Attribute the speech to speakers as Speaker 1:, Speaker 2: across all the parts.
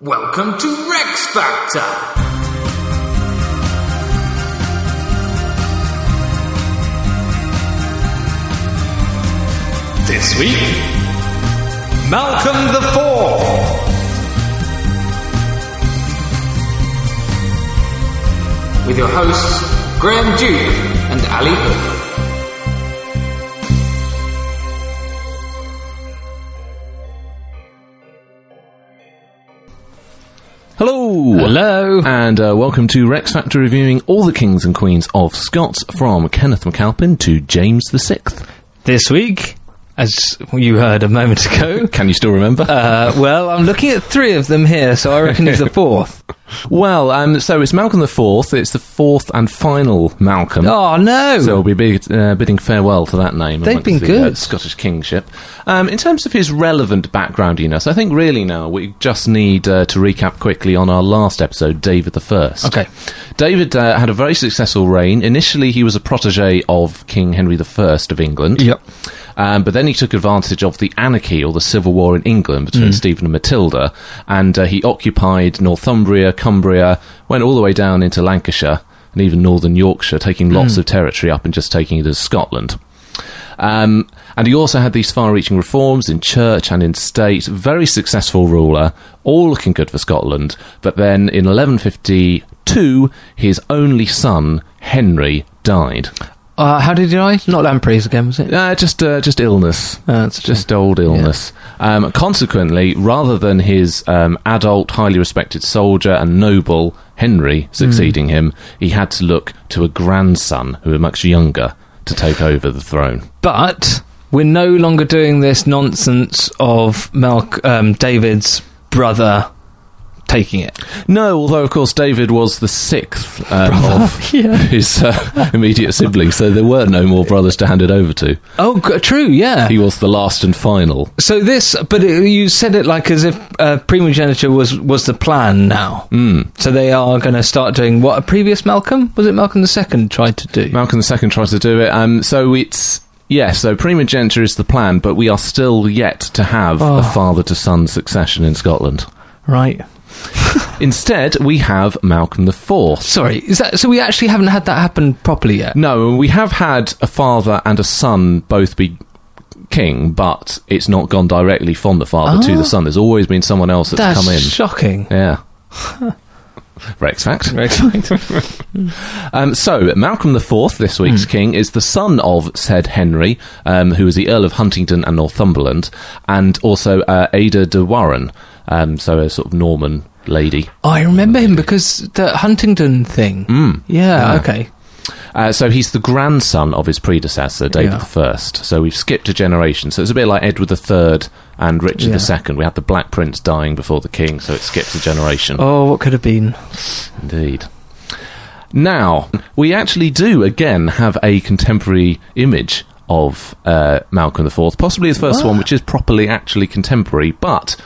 Speaker 1: Welcome to Rex Factor!
Speaker 2: This week, Malcolm the Four.
Speaker 1: With your hosts, Graham Duke and Ali Hook.
Speaker 3: Hello!
Speaker 4: Hello.
Speaker 3: And uh, welcome to Rex Factor reviewing all the kings and queens of Scots from Kenneth MacAlpin to James VI.
Speaker 4: This week, as you heard a moment ago,
Speaker 3: Can you still remember?
Speaker 4: uh, well, I'm looking at three of them here, so I reckon he's the fourth.
Speaker 3: well, um, so it's Malcolm the Fourth. It's the fourth and final Malcolm.
Speaker 4: Oh, no!
Speaker 3: So we'll be bid, uh, bidding farewell to that name.
Speaker 4: They've
Speaker 3: amongst
Speaker 4: been
Speaker 3: the,
Speaker 4: good.
Speaker 3: uh, Scottish kingship. Um, in terms of his relevant background, you know, so I think really now we just need uh, to recap quickly on our last episode, David the First.
Speaker 4: Okay.
Speaker 3: David uh, had a very successful reign. Initially, he was a protege of King Henry the First of England.
Speaker 4: Yep.
Speaker 3: Um, but then he took advantage of the anarchy or the civil war in England between Stephen and Matilda, and uh, he occupied Northumbria, Cumbria, went all the way down into Lancashire and even northern Yorkshire, taking lots of territory up and just taking it as Scotland. Um, and he also had these far reaching reforms in church and in state. Very successful ruler, all looking good for Scotland. But then in 1152, his only son, Henry, died.
Speaker 4: Uh, how did he die? Not Lampreys again, was it?
Speaker 3: Uh, just, uh, just illness.
Speaker 4: Uh, that's
Speaker 3: Just old illness. Um, consequently, rather than his um, adult, highly respected soldier and noble Henry succeeding him, he had to look to a grandson who was much younger to take over the throne.
Speaker 4: But we're no longer doing this nonsense of Malc- um, David's brother taking it.
Speaker 3: No, although of course David was the sixth um, of his uh, immediate siblings, so there were no more brothers to hand it over to.
Speaker 4: Oh, g- true, yeah.
Speaker 3: He was the last and final.
Speaker 4: So this, but it, you said it like as if uh, primogeniture was was the plan now.
Speaker 3: Hmm.
Speaker 4: Mm. So they are going to start doing what a previous Malcolm was it Malcolm the Second tried to do.
Speaker 3: Malcolm II tries to do it. Um, so it's yeah. So primogeniture is the plan, but we are still yet to have
Speaker 4: Oh.
Speaker 3: a father to son succession in Scotland.
Speaker 4: right.
Speaker 3: Instead, we have Malcolm IV.
Speaker 4: Sorry. Is that so? We actually haven't had that happen properly yet.
Speaker 3: No, we have had a father and a son both be king, but it's not gone directly from the father to
Speaker 4: Ah.
Speaker 3: the son. There's always been someone else that's,
Speaker 4: That's
Speaker 3: come in.
Speaker 4: shocking.
Speaker 3: Yeah. Rex fact.
Speaker 4: Right.
Speaker 3: Um, so, Malcolm IV, this
Speaker 4: Hmm.
Speaker 3: week's king, is the son of said Henry, um, who was the Earl of Huntingdon and Northumberland, and also uh, Ada de Warren, um, so a sort of Norman lady.
Speaker 4: I remember him because the Huntingdon thing. Mm. Yeah,
Speaker 3: Hmm. Yeah.
Speaker 4: Okay.
Speaker 3: Uh, so he's the grandson of his predecessor, David
Speaker 4: Yeah.
Speaker 3: I. So we've skipped a generation. So it's a bit like Edward III and Richard
Speaker 4: Yeah.
Speaker 3: II. We had the Black Prince dying before the king, so it skips a generation.
Speaker 4: Oh, what could have been?
Speaker 3: Indeed. Now, we actually do again have a contemporary image of uh, Malcolm IV, possibly his
Speaker 4: Ah.
Speaker 3: first one, which is properly actually contemporary, but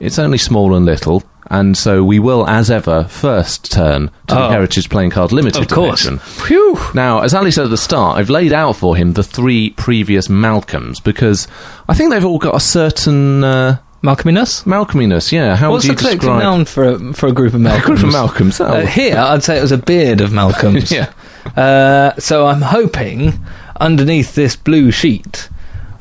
Speaker 3: it's only small and little, and so we will, as ever, first turn to the
Speaker 4: Oh.
Speaker 3: Heritage Playing Card Limited
Speaker 4: Of course.
Speaker 3: edition.
Speaker 4: Phew.
Speaker 3: Now, as Ali said at the start, I've laid out for him the three previous Malcolms because I think they've all got a certain uh,
Speaker 4: Malcolm in us.
Speaker 3: Malcolminess. Yeah, how
Speaker 4: What's the
Speaker 3: would you
Speaker 4: collective
Speaker 3: describe
Speaker 4: noun for a, for a group of
Speaker 3: a
Speaker 4: Malcolms?
Speaker 3: group of Malcolms? That
Speaker 4: Uh,
Speaker 3: would-
Speaker 4: here, I'd say it was a beard of Malcolm's.
Speaker 3: Oh. Yeah.
Speaker 4: Uh, so I'm hoping underneath this blue sheet,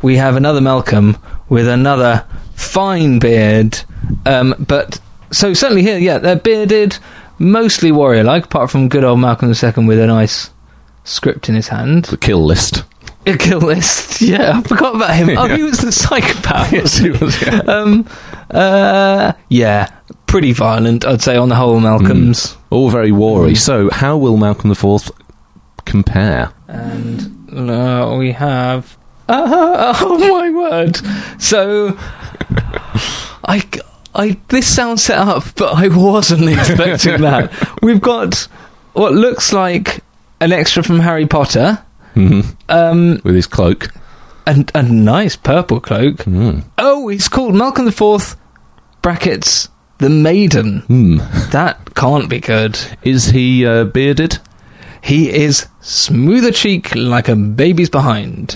Speaker 4: we have another Malcolm with another fine beard. Um, but so certainly here, yeah, they're bearded, mostly warrior-like, apart from good old Malcolm II with a nice script in his hand.
Speaker 3: the kill list.
Speaker 4: A kill list. Yeah, I forgot about him. Oh,
Speaker 3: Yeah.
Speaker 4: he was the psychopath.
Speaker 3: Yes, he was, yeah.
Speaker 4: um, uh, yeah, pretty violent, I'd say, on the whole, Malcolm's.
Speaker 3: All very wary. So, how will Malcolm IV compare?
Speaker 4: And uh, we have. Uh, oh my word! So, I, I, this sounds set up, but I wasn't expecting that. We've got what looks like an extra from Harry Potter,
Speaker 3: Mhm.
Speaker 4: um,
Speaker 3: With his cloak.
Speaker 4: and a nice purple cloak.
Speaker 3: Mm.
Speaker 4: Oh, it's called Malcolm the Fourth. Brackets the Maiden.
Speaker 3: Hmm.
Speaker 4: That can't be good.
Speaker 3: Is he uh, bearded?
Speaker 4: He is smooth a cheek like a baby's behind.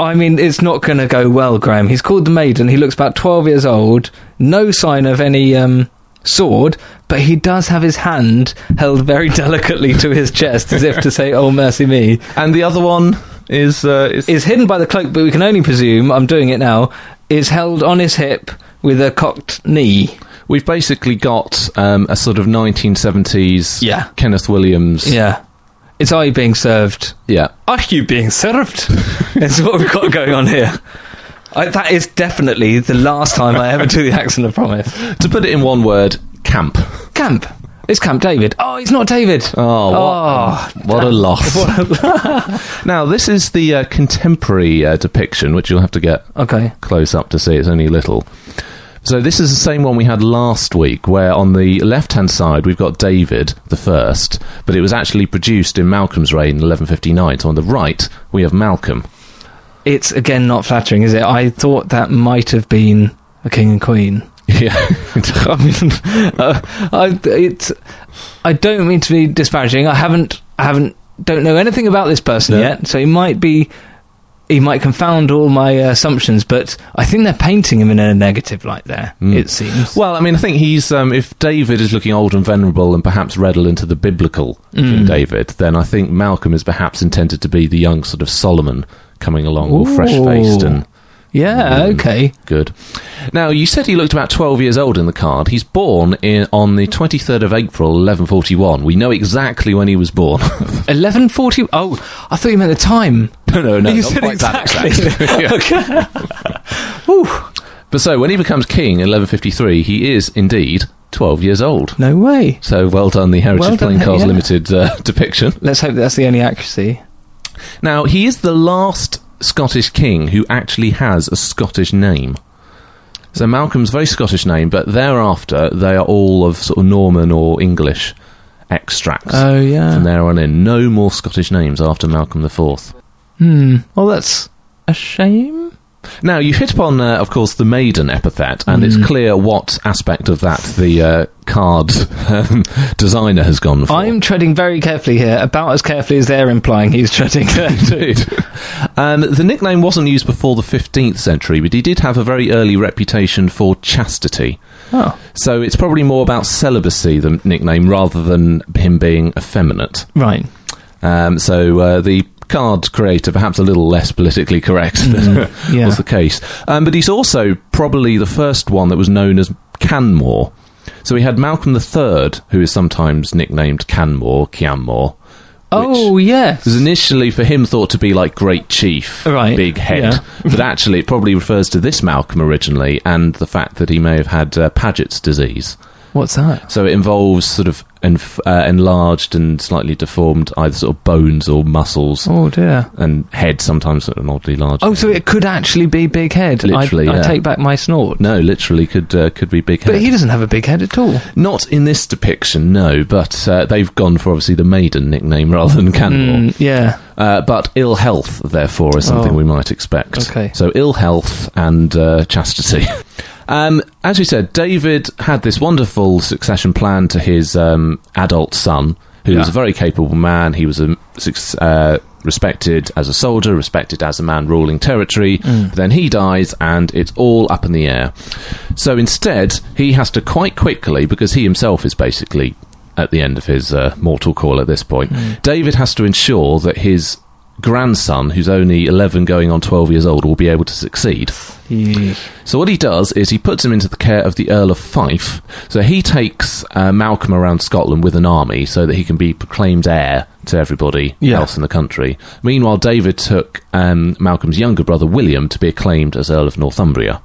Speaker 4: I mean, it's not going to go well, Graham. He's called the maiden. He looks about 12 years old. No sign of any um, sword, but he does have his hand held very delicately to his chest as if to say, "Oh mercy me."
Speaker 3: And the other one is uh, is,
Speaker 4: Is hidden by the cloak, but we can only presume, I'm doing it now, is held on his hip with a cocked knee.
Speaker 3: we've basically got um, a sort of 1970s
Speaker 4: Yeah.
Speaker 3: Kenneth Williams.
Speaker 4: Yeah. It's are you being served?
Speaker 3: yeah.
Speaker 4: Are you being served? That's what we've got going on here. I, that is definitely the last time I ever do the accent, I promise.
Speaker 3: To put it in one word, camp.
Speaker 4: Camp. It's Camp David. Oh, it's not David.
Speaker 3: Oh,
Speaker 4: Oh,
Speaker 3: what, what a loss. now, this is the uh, contemporary uh, depiction, which you'll have to get
Speaker 4: okay.
Speaker 3: close up to see. It's only little. So this is the same one we had last week, where on the left-hand side we've got David the first, but it was actually produced in Malcolm's reign, 1159. So on the right we have Malcolm.
Speaker 4: It's again not flattering, is it? I thought that might have been a king and queen.
Speaker 3: Yeah,
Speaker 4: I mean, uh, I it's. I don't mean to be disparaging. I haven't, I haven't, don't know anything about this person
Speaker 3: No.
Speaker 4: yet. So he might be, he might confound all my uh, assumptions. But I think they're painting him in a negative light. There, it seems.
Speaker 3: Hmm. Well, I mean, I think he's. Um, if David is looking old and venerable and perhaps redolent of the biblical King David, then I think Malcolm is perhaps intended to be the young sort of Solomon coming along all fresh faced
Speaker 4: Ooh.
Speaker 3: and
Speaker 4: yeah.
Speaker 3: hmm.
Speaker 4: Okay.
Speaker 3: good. Now, you said he looked about 12 years old in the card. He's born in, on the 23rd of April, 1141. We know exactly when he was born.
Speaker 4: Eleven forty. Oh, I thought you meant the time.
Speaker 3: no, no, no.
Speaker 4: you
Speaker 3: not
Speaker 4: said
Speaker 3: quite that
Speaker 4: exactly.
Speaker 3: exact. Yeah.
Speaker 4: okay. Ooh,
Speaker 3: But so, when he becomes king in 1153, he is indeed 12 years old.
Speaker 4: no way.
Speaker 3: So, well done, the Heritage
Speaker 4: Well done,
Speaker 3: Playing Cards
Speaker 4: yeah.
Speaker 3: Limited uh, depiction.
Speaker 4: Let's hope that's the only accuracy.
Speaker 3: Now, he is the last Scottish king who actually has a Scottish name. So Malcolm's a very Scottish name, but thereafter they are all of sort of Norman or English extracts.
Speaker 4: Oh
Speaker 3: From
Speaker 4: yeah.
Speaker 3: there on in, no more Scottish names after Malcolm IV.
Speaker 4: Hmm. Well, that's a shame.
Speaker 3: Now, you hit upon, uh, of course, the maiden epithet, and it's clear what aspect of that the uh, card um, designer has gone for.
Speaker 4: I'm treading very carefully here, about as carefully as they're implying he's treading.
Speaker 3: Indeed. Um, the nickname wasn't used before the 15th century, but he did have a very early reputation for chastity.
Speaker 4: oh,
Speaker 3: So it's probably more about celibacy, the nickname, rather than him being effeminate.
Speaker 4: right.
Speaker 3: Um, so uh, the card creator, perhaps a little less politically correct than
Speaker 4: Mm-hmm. yeah.
Speaker 3: was the case. Um, but he's also probably the first one that was known as Canmore. So we had Malcolm III, who is sometimes nicknamed Canmore, Cianmore.
Speaker 4: Oh, yes.
Speaker 3: It was initially for him thought to be like great chief,
Speaker 4: Right,
Speaker 3: big head,
Speaker 4: yeah.
Speaker 3: but actually it probably refers to this Malcolm originally and the fact that he may have had uh, Paget's disease.
Speaker 4: What's that?
Speaker 3: So it involves sort of enf- uh, enlarged and slightly deformed either sort of bones or muscles
Speaker 4: Oh, dear.
Speaker 3: and head sometimes sort of an oddly large.
Speaker 4: Oh, so it could actually be Big Head. I-
Speaker 3: Literally,
Speaker 4: I,
Speaker 3: yeah.
Speaker 4: take back my snort.
Speaker 3: no, literally could uh, could be big head.
Speaker 4: But he doesn't have a big head at all.
Speaker 3: Not in this depiction, no. But uh, they've gone for obviously the maiden nickname rather than Canmore.
Speaker 4: Mm, yeah.
Speaker 3: Uh, but ill health, therefore, is something
Speaker 4: Oh.
Speaker 3: we might expect.
Speaker 4: Okay.
Speaker 3: So ill health and uh, chastity. um, as we said, David had this wonderful succession plan to his um, adult son, who was a very capable man. He was a, suc- uh, respected as a soldier, respected as a man ruling territory. Then he dies, and it's all up in the air. So instead, he has to quite quickly, because he himself is basically at the end of his uh, mortal call at this point, David has to ensure that his grandson, who's only 11 going on 12 years old, will be able to succeed. So what he does is he puts him into the care of the Earl of Fife. So he takes uh, Malcolm around Scotland with an army so that he can be proclaimed heir to everybody
Speaker 4: Yeah.
Speaker 3: else in the country. Meanwhile, David took um, Malcolm's younger brother William to be acclaimed as Earl of Northumbria.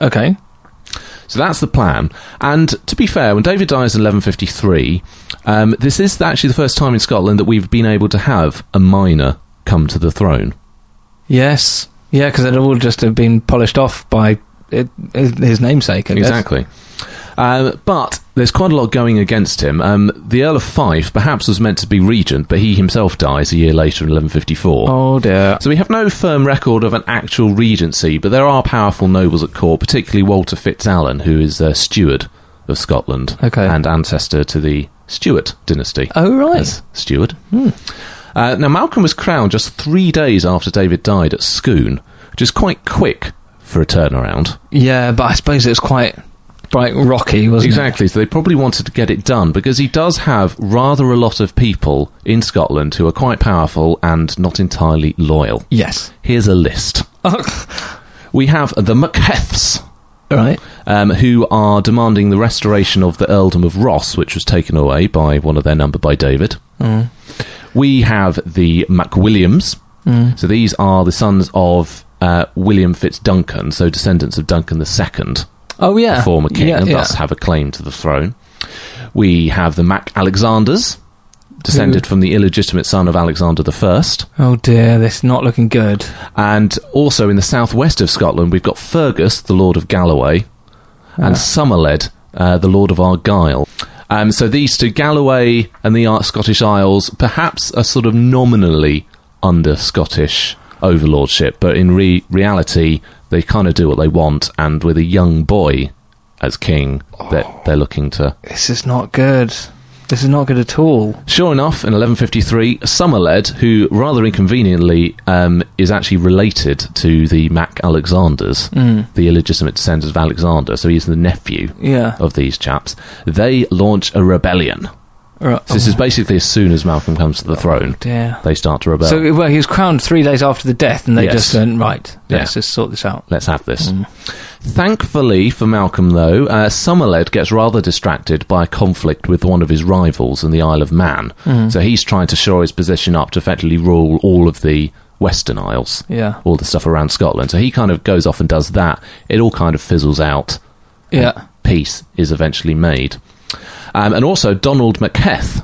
Speaker 4: Okay.
Speaker 3: So that's the plan. And to be fair, when David dies in 1153, um, this is actually the first time in Scotland that we've been able to have a minor come to the throne.
Speaker 4: Yes. Yeah, because it all just have been polished off by it, his his namesake, I guess.
Speaker 3: Exactly. Um, but there's quite a lot going against him. Um, the Earl of Fife perhaps was meant to be regent, but he himself dies a year later in 1154.
Speaker 4: Oh, dear.
Speaker 3: So we have no firm record of an actual regency, but there are powerful nobles at court, particularly Walter FitzAlan, who is uh, steward of Scotland
Speaker 4: Okay.
Speaker 3: and ancestor to the Stuart dynasty.
Speaker 4: Oh, right. Hmm.
Speaker 3: as steward. Uh, now, Malcolm was crowned just three days after David died at Scone, which is quite quick for a turnaround.
Speaker 4: Yeah, but I suppose it's quite quite rocky, wasn't
Speaker 3: Exactly. So they probably wanted to get it done because he does have rather a lot of people in Scotland who are quite powerful and not entirely loyal.
Speaker 4: it? Yes.
Speaker 3: Here's a list. We have the Macbeths,
Speaker 4: right.
Speaker 3: um, who are demanding the restoration of the earldom of Ross, which was taken away by one of their number by David. We have the MacWilliams. So these are the sons of uh, William FitzDuncan, so descendants of Duncan II
Speaker 4: Oh yeah.
Speaker 3: the former king
Speaker 4: Yeah,
Speaker 3: and
Speaker 4: yeah.
Speaker 3: thus have a claim to the throne. We have the Mac Alexanders, descended from the illegitimate son of Alexander I.
Speaker 4: Oh dear, this is not looking good.
Speaker 3: And also in the southwest of Scotland, we've got Fergus, the Lord of Galloway, and Somerled, uh, the Lord of Argyll. Um, so these two, Galloway and the Ar- Scottish Isles, perhaps are sort of nominally under Scottish overlordship, but in re- reality, they kind of do what they want. And with a young boy as king, that they're looking to
Speaker 4: This is not good. This is not good at all.
Speaker 3: Sure enough, in 1153, Somerled, who rather inconveniently um, is actually related to the Mac Alexanders, the illegitimate descendant of Alexander, so he's the nephew
Speaker 4: Yeah.
Speaker 3: of these chaps, they launch a rebellion.
Speaker 4: Right. Oh,
Speaker 3: So this is basically as soon as Malcolm comes to the throne,
Speaker 4: dear.
Speaker 3: they start to rebel.
Speaker 4: So well, he was crowned three days after the death, and they
Speaker 3: Yes.
Speaker 4: just went right. Let's
Speaker 3: Yeah.
Speaker 4: just sort this out.
Speaker 3: Let's have this. Thankfully for Malcolm, though, uh, Somerled gets rather distracted by a conflict with one of his rivals in the Isle of Man. So he's trying to shore his position up to effectively rule all of the Western Isles,
Speaker 4: Yeah.
Speaker 3: all the stuff around Scotland. So he kind of goes off and does that. It all kind of fizzles out.
Speaker 4: Yeah.
Speaker 3: Peace is eventually made. Um, and also, Donald Macbeth,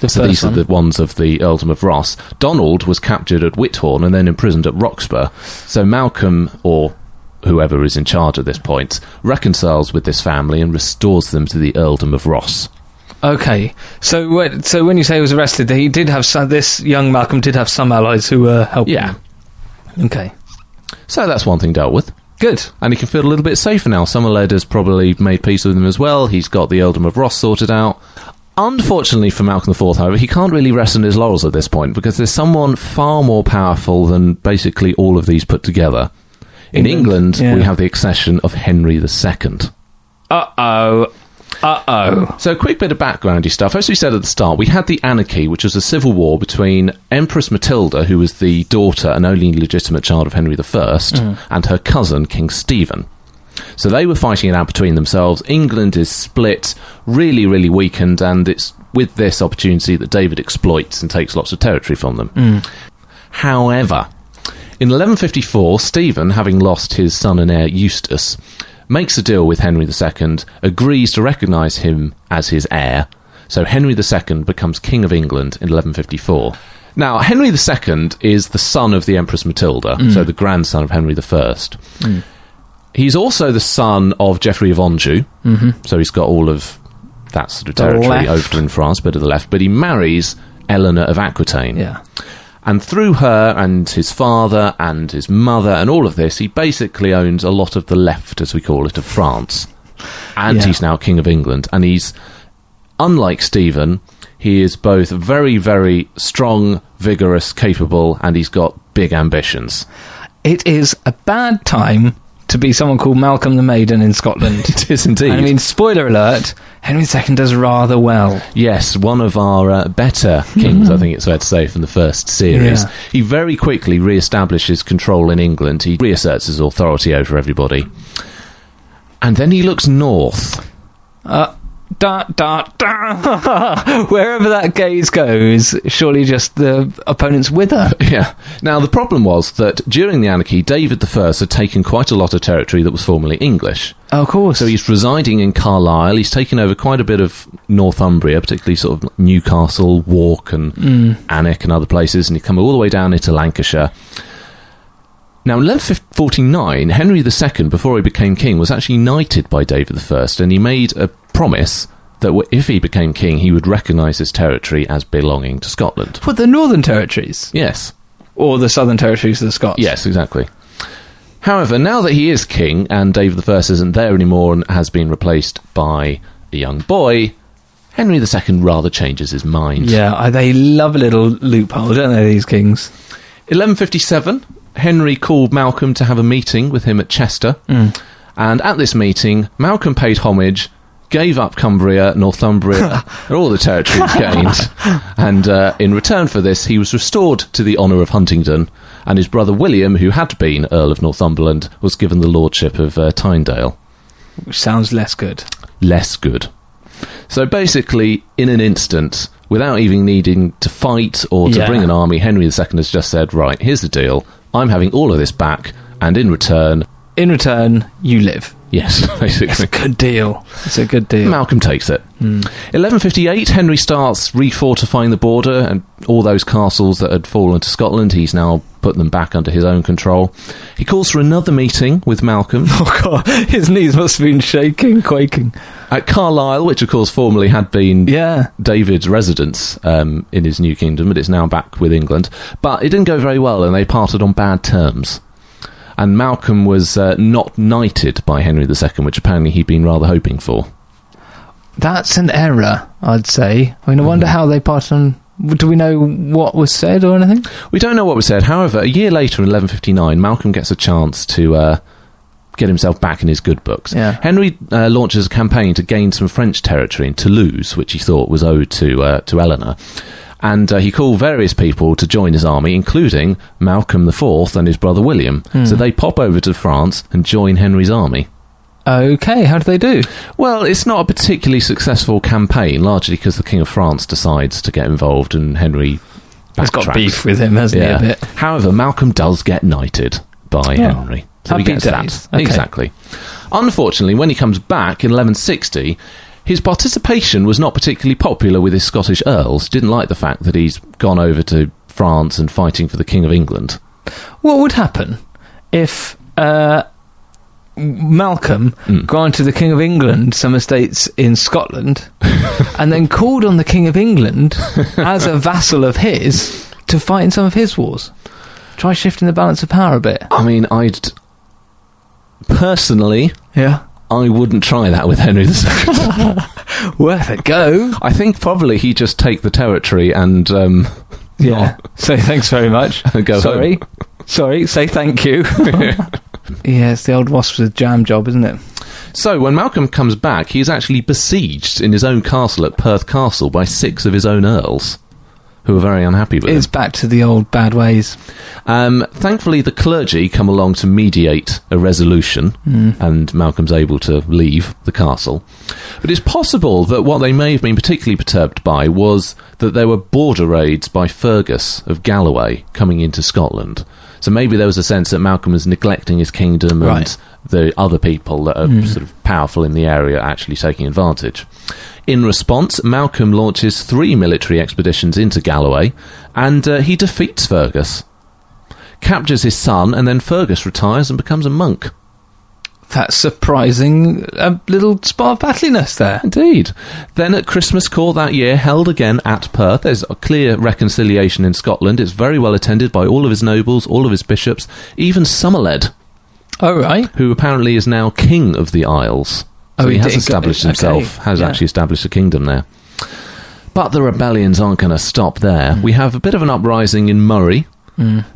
Speaker 4: The
Speaker 3: so
Speaker 4: first
Speaker 3: these
Speaker 4: one.
Speaker 3: are the ones of the earldom of Ross. Donald was captured at Whithorn and then imprisoned at Roxburgh. So Malcolm, or whoever is in charge at this point, reconciles with this family and restores them to the earldom of Ross.
Speaker 4: Okay, so when, so when you say he was arrested, he did have some, this young Malcolm did have some allies who were helping.
Speaker 3: Yeah.
Speaker 4: him. Okay.
Speaker 3: So that's one thing dealt with.
Speaker 4: Good.
Speaker 3: And he can feel a little bit safer now. Somerled has probably made peace with him as well. He's got the earldom of Ross sorted out. Unfortunately for Malcolm IV, however, he can't really rest on his laurels at this point because there's someone far more powerful than basically all of these put together. In
Speaker 4: England,
Speaker 3: England, we
Speaker 4: yeah.
Speaker 3: have the accession of Henry II.
Speaker 4: Uh oh. Uh oh.
Speaker 3: So, a quick bit of backgroundy stuff. As we said at the start, we had the anarchy, which was a civil war between Empress Matilda, who was the daughter and only legitimate child of Henry I, and her cousin, King Stephen. So, they were fighting it out between themselves. England is split, really, really weakened, and it's with this opportunity that David exploits and takes lots of territory from them. However, in 1154, Stephen, having lost his son and heir Eustace, makes a deal with Henry II, agrees to recognise him as his heir, so Henry II becomes King of England in 1154. Now, Henry II is the son of the Empress Matilda,
Speaker 4: Mm.
Speaker 3: so the grandson of Henry I. He's also the son of Geoffrey of Anjou, so he's got all of that sort of
Speaker 4: Mm-hmm. The
Speaker 3: territory
Speaker 4: left.
Speaker 3: over in France, but to the left. But he marries Eleanor of Aquitaine.
Speaker 4: Yeah.
Speaker 3: And through her and his father and his mother and all of this, he basically owns a lot of the left, as we call it, of France. And
Speaker 4: Yeah.
Speaker 3: he's now King of England. And he's, unlike Stephen, he is both very, very strong, vigorous, capable, and he's got big ambitions.
Speaker 4: It is a bad time to be someone called Malcolm the Maiden in Scotland.
Speaker 3: It is indeed.
Speaker 4: I mean, spoiler alert: Henry II does rather well.
Speaker 3: Yes, one of our uh, better kings, I think it's fair to say, from the first series.
Speaker 4: Yeah.
Speaker 3: He very quickly re establishes control in England. He reasserts his authority over everybody. And then he looks north.
Speaker 4: Da da da. Wherever that gaze goes, surely just the opponents wither.
Speaker 3: Yeah. Now, the problem was that during the anarchy, David I had taken quite a lot of territory that was formerly English.
Speaker 4: of course.
Speaker 3: So he's residing in Carlisle. He's taken over quite a bit of Northumbria, particularly sort of Newcastle, Wark, and Alnwick, and other places, and he's come all the way down into Lancashire. Now, in 1149, Henry II, before he became king, was actually knighted by David I, and he made a promise that wh- if he became king, he would recognise his territory as belonging to Scotland.
Speaker 4: for the Northern Territories
Speaker 3: Yes.
Speaker 4: or the Southern Territories of the Scots.
Speaker 3: Yes, exactly. However, now that he is king and David I isn't there anymore and has been replaced by a young boy, Henry II rather changes his mind.
Speaker 4: Yeah, I, they love a little loophole, don't they, these kings?
Speaker 3: 1157, Henry called Malcolm to have a meeting with him at Chester. And at this meeting, Malcolm paid homage, gave up Cumbria, Northumbria, and all the territories gained. And uh, in return for this, he was restored to the honour of Huntingdon, and his brother William, who had been Earl of Northumberland, was given the lordship of uh, Tyndale.
Speaker 4: Which sounds less good.
Speaker 3: Less good. So basically, in an instant, without even needing to fight or to
Speaker 4: Yeah.
Speaker 3: bring an army, Henry II has just said, right, here's the deal. I'm having all of this back, and in return,
Speaker 4: In return, you live.
Speaker 3: yes,
Speaker 4: It's a
Speaker 3: basically.
Speaker 4: good deal. It's a good deal. Hmm.
Speaker 3: Malcolm takes it. 1158, Henry starts refortifying the border and all those castles that had fallen to Scotland. He's now put them back under his own control. He calls for another meeting with Malcolm
Speaker 4: Oh god, his knees must have been shaking, quaking.
Speaker 3: at Carlisle, which, of course, formerly had been
Speaker 4: Yeah.
Speaker 3: David's residence um, in his new kingdom, but it's now back with England. But it didn't go very well, and they parted on bad terms. And Malcolm was uh, not knighted by Henry II, which apparently he'd been rather hoping for.
Speaker 4: That's an error, I'd say. I mean, I wonder how they part on. Do we know what was said or anything?
Speaker 3: We don't know what was said. However, a year later, in 1159, Malcolm gets a chance to uh, get himself back in his good books.
Speaker 4: Yeah.
Speaker 3: Henry uh, launches a campaign to gain some French territory in Toulouse, which he thought was owed to uh, to Eleanor. And uh, he called various people to join his army, including Malcolm IV and his brother William. So they pop over to France and join Henry's army.
Speaker 4: Okay, how do they do?
Speaker 3: Well, it's not a particularly successful campaign, largely because the King of France decides to get involved and Henry.
Speaker 4: He's got
Speaker 3: backtracks.
Speaker 4: beef with him, hasn't he? A bit.
Speaker 3: However, Malcolm does get knighted by Henry. So he
Speaker 4: Oh, Happy
Speaker 3: gets
Speaker 4: days.
Speaker 3: that.
Speaker 4: Okay.
Speaker 3: Exactly. Unfortunately, when he comes back in 1160, his participation was not particularly popular with his Scottish earls. Didn't like the fact that he's gone over to France and fighting for the King of England.
Speaker 4: What would happen if uh, Malcolm
Speaker 3: Hmm.
Speaker 4: granted the King of England some estates in Scotland and then called on the King of England as a vassal of his to fight in some of his wars? Try shifting the balance of power a bit.
Speaker 3: I mean, I'd personally,
Speaker 4: Yeah.
Speaker 3: I wouldn't try that with Henry II.
Speaker 4: Worth a go.
Speaker 3: I think probably he'd just take the territory and um,
Speaker 4: Yeah. Say thanks very much.
Speaker 3: Go
Speaker 4: Sorry. Sorry. Say thank you. yeah, it's the old wasp with jam job, isn't it?
Speaker 3: So, when Malcolm comes back, he is actually besieged in his own castle at Perth Castle by six of his own earls, who are very unhappy with
Speaker 4: It's
Speaker 3: him.
Speaker 4: back to the old bad ways.
Speaker 3: Um, thankfully, the clergy come along to mediate a resolution, and Malcolm's able to leave the castle. But it's possible that what they may have been particularly perturbed by was that there were border raids by Fergus of Galloway coming into Scotland. So maybe there was a sense that Malcolm was neglecting his kingdom
Speaker 4: Right.
Speaker 3: and the other people that are sort of powerful in the area actually taking advantage. In response, Malcolm launches three military expeditions into Galloway and uh, he defeats Fergus, captures his son, and then Fergus retires and becomes a monk.
Speaker 4: That's surprising. A little spot of battliness there.
Speaker 3: Indeed. Then at Christmas Court that year, held again at Perth, there's a clear reconciliation in Scotland. It's very well attended by all of his nobles, all of his bishops, even Somerled,
Speaker 4: All right.
Speaker 3: who apparently is now king of the Isles. So
Speaker 4: Oh,
Speaker 3: he,
Speaker 4: he
Speaker 3: has
Speaker 4: did-
Speaker 3: established
Speaker 4: okay,
Speaker 3: himself, has
Speaker 4: yeah.
Speaker 3: actually established a kingdom there. But the rebellions aren't going to stop there.
Speaker 4: Mm.
Speaker 3: We have a bit of an uprising in Murray.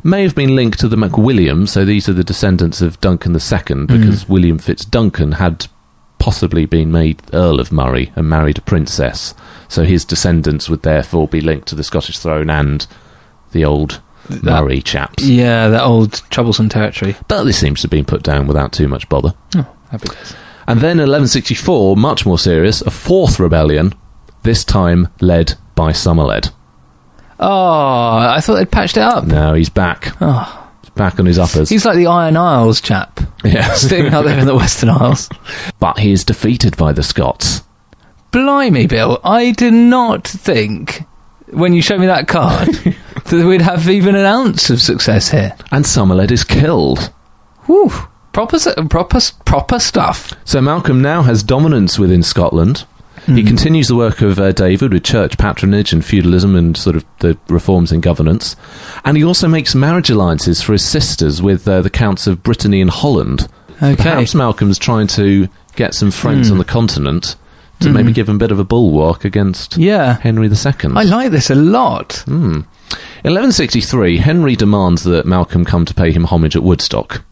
Speaker 3: May have been linked to the MacWilliams, so these are the descendants of Duncan II,
Speaker 4: Mm.
Speaker 3: because William Fitz Duncan had possibly been made Earl of Murray and married a princess. So his descendants would therefore be linked to the Scottish throne and the old Murray chaps.
Speaker 4: Yeah, that old troublesome territory.
Speaker 3: But this seems to have been put down without too much bother.
Speaker 4: Happy days.
Speaker 3: And then in 1164, much more serious, a fourth rebellion, this time led by Somerled.
Speaker 4: Oh, I thought they'd patched it up.
Speaker 3: Now he's back.
Speaker 4: Oh.
Speaker 3: He's back on his uppers.
Speaker 4: He's like the Iron Isles chap,
Speaker 3: Yeah.
Speaker 4: sitting out there in the Western Isles.
Speaker 3: but he is defeated by the Scots.
Speaker 4: Blimey, Bill, I did not think when you showed me that card that we'd have even an ounce of success here.
Speaker 3: And Somerled is killed.
Speaker 4: Woo! Proper, s- proper, s- proper stuff.
Speaker 3: So Malcolm now has dominance within Scotland. He continues the work of uh, David with church patronage and feudalism and sort of the reforms in governance. And he also makes marriage alliances for his sisters with uh, the counts of Brittany and Holland.
Speaker 4: Okay. Hmm.
Speaker 3: Perhaps Malcolm's trying to get some friends on the continent to maybe give him a bit of a bulwark against
Speaker 4: Yeah.
Speaker 3: Henry II.
Speaker 4: I like this a lot.
Speaker 3: In 1163, Henry demands that Malcolm come to pay him homage at Woodstock.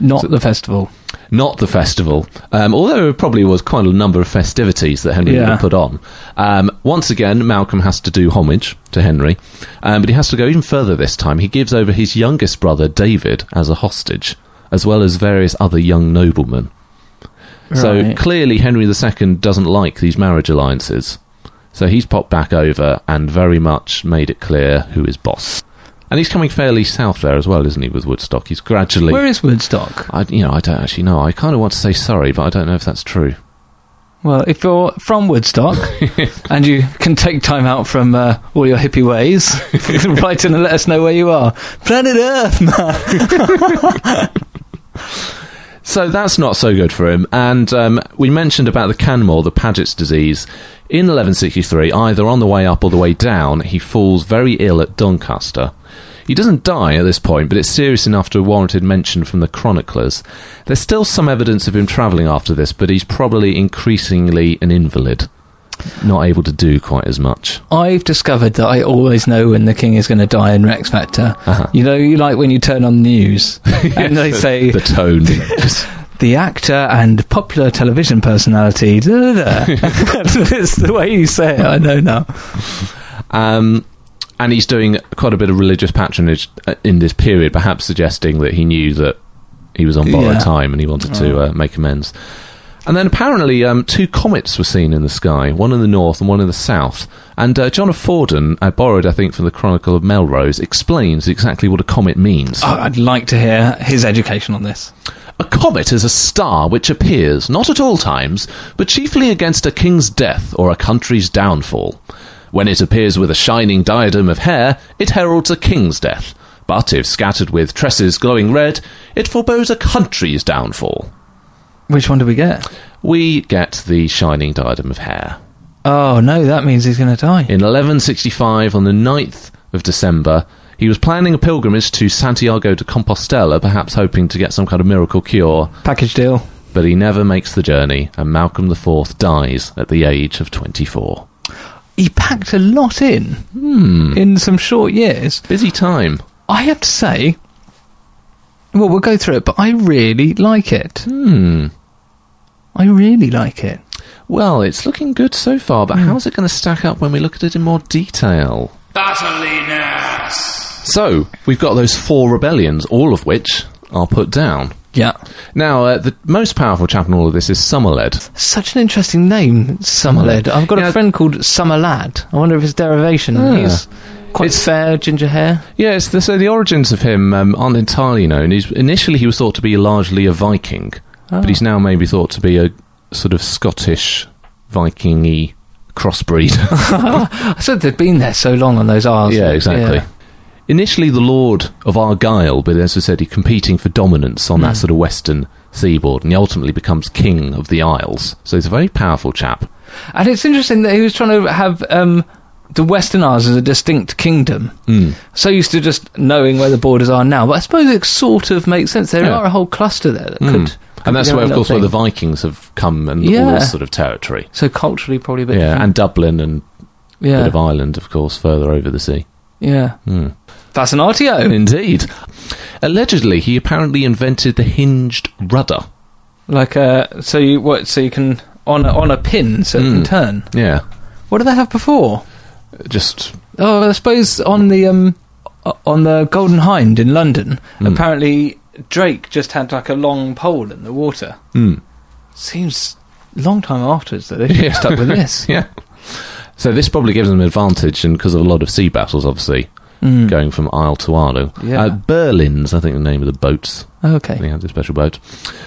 Speaker 4: Not the festival.
Speaker 3: not the festival, um, although it probably was quite a number of festivities that Henry would
Speaker 4: Yeah.
Speaker 3: have put on. Um, once again, Malcolm has to do homage to Henry, um, but he has to go even further this time. He gives over his youngest brother, David, as a hostage, as well as various other young noblemen. So
Speaker 4: Right.
Speaker 3: clearly, Henry II doesn't like these marriage alliances. So he's popped back over and very much made it clear who is boss. And he's coming fairly south there as well, isn't he, with Woodstock? He's gradually.
Speaker 4: Where is Woodstock?
Speaker 3: I, you know, I don't actually know. I kind of want to say sorry, but I don't know if that's true.
Speaker 4: Well, if you're from Woodstock and you can take time out from uh, all your hippie ways, write in and let us know where you are. Planet Earth, man.
Speaker 3: So that's not so good for him. And um, we mentioned about the Canmore, the Paget's disease. In 1163, either on the way up or the way down, he falls very ill at Doncaster. He doesn't die at this point, but it's serious enough to warrant mention from the chroniclers. There's still some evidence of him travelling after this, but he's probably increasingly an invalid, not able to do quite as much.
Speaker 4: I've discovered that I always know when the king is going to die in Rex Factor.
Speaker 3: Uh-huh.
Speaker 4: You know, you like when you turn on the news and they say
Speaker 3: the tone. Just-
Speaker 4: the actor and popular television personality. Da, da, da. it's the way you say it. I know now.
Speaker 3: Um, and he's doing quite a bit of religious patronage uh, in this period, perhaps suggesting that he knew that he was on borrowed
Speaker 4: Yeah. Mm.
Speaker 3: time and he wanted to uh, make amends. And then apparently, um, two comets were seen in the sky, one in the north and one in the south. And uh, John of Fordon, I borrowed, I think, from the Chronicle of Melrose, explains exactly what a comet means.
Speaker 4: Oh, I'd like to hear his education on this.
Speaker 3: A comet is a star which appears, not at all times, but chiefly against a king's death or a country's downfall. When it appears with a shining diadem of hair, it heralds a king's death, but if scattered with tresses glowing red, it forebodes a country's downfall.
Speaker 4: Which one do we get?
Speaker 3: We get the shining diadem of hair.
Speaker 4: Oh no, that means he's going to die.
Speaker 3: In 1165, on the 9th of December, he was planning a pilgrimage to Santiago de Compostela, perhaps hoping to get some kind of miracle cure
Speaker 4: Package deal.
Speaker 3: but he never makes the journey, and Malcolm IV dies at the age of 24.
Speaker 4: He packed a lot in
Speaker 3: Hmm.
Speaker 4: in some short years.
Speaker 3: Busy time.
Speaker 4: I have to say, well, we'll go through it, but I really like it.
Speaker 3: Hmm.
Speaker 4: I really like it.
Speaker 3: Well, it's looking good so far, but how's it going to stack up when we look at it in more detail?
Speaker 1: Battliness!
Speaker 3: So, we've got those four rebellions, all of which are put down.
Speaker 4: Yeah,
Speaker 3: Now, uh, the most powerful chap in all of this is Summerled.
Speaker 4: such an interesting name, Summerled. I've got
Speaker 3: Yeah.
Speaker 4: a friend called Summerlad. I wonder if his derivation.
Speaker 3: Ah.
Speaker 4: He's quite
Speaker 3: It's-
Speaker 4: fair, ginger hair.
Speaker 3: Yes, the, so the origins of him um, aren't entirely known. He's, initially, he was thought to be largely a Viking, but he's now maybe thought to be a sort of Scottish Viking-y crossbreed.
Speaker 4: I said they'd been there so long on those Isles.
Speaker 3: Yeah, exactly.
Speaker 4: Yeah.
Speaker 3: Initially, the Lord of Argyle, but as I said, he's competing for dominance on that sort of western seaboard, and he ultimately becomes king of the Isles. So he's a very powerful chap.
Speaker 4: And it's interesting that he was trying to have um, the Western Isles as a distinct kingdom.
Speaker 3: Mm.
Speaker 4: So used to just knowing where the borders are now. But I suppose it sort of makes sense. There
Speaker 3: Yeah.
Speaker 4: are a whole cluster there that could.
Speaker 3: Mm.
Speaker 4: could
Speaker 3: And that's
Speaker 4: be
Speaker 3: where, of
Speaker 4: their own
Speaker 3: course, where the
Speaker 4: little thing.
Speaker 3: Vikings have come and all
Speaker 4: Yeah.
Speaker 3: this sort of territory.
Speaker 4: So culturally, probably a bit.
Speaker 3: yeah,
Speaker 4: different.
Speaker 3: and Dublin and a
Speaker 4: yeah,
Speaker 3: bit of Ireland, of course, further over the sea.
Speaker 4: yeah.
Speaker 3: Mm. Hmm.
Speaker 4: Fascinatio,
Speaker 3: Indeed. Allegedly, he apparently invented the hinged rudder.
Speaker 4: like uh, so you what? So you can on a, on a pin, so it
Speaker 3: Mm.
Speaker 4: can turn.
Speaker 3: Yeah,
Speaker 4: What did they have before?
Speaker 3: just
Speaker 4: Oh, I suppose on the um, o- on the Golden Hind in London,
Speaker 3: Hmm.
Speaker 4: apparently Drake just had like a long pole in the water.
Speaker 3: mm.
Speaker 4: Seems long time afterwards that they should have stuck with this.
Speaker 3: yeah. So this probably gives them an advantage, and because of a lot of sea battles, obviously,
Speaker 4: Hmm.
Speaker 3: going from Isle to Isle.
Speaker 4: Mm. Yeah. Eh.
Speaker 3: Uh, Berlin's, I think, the name of the boats.
Speaker 4: Okay.
Speaker 3: They had a special boat,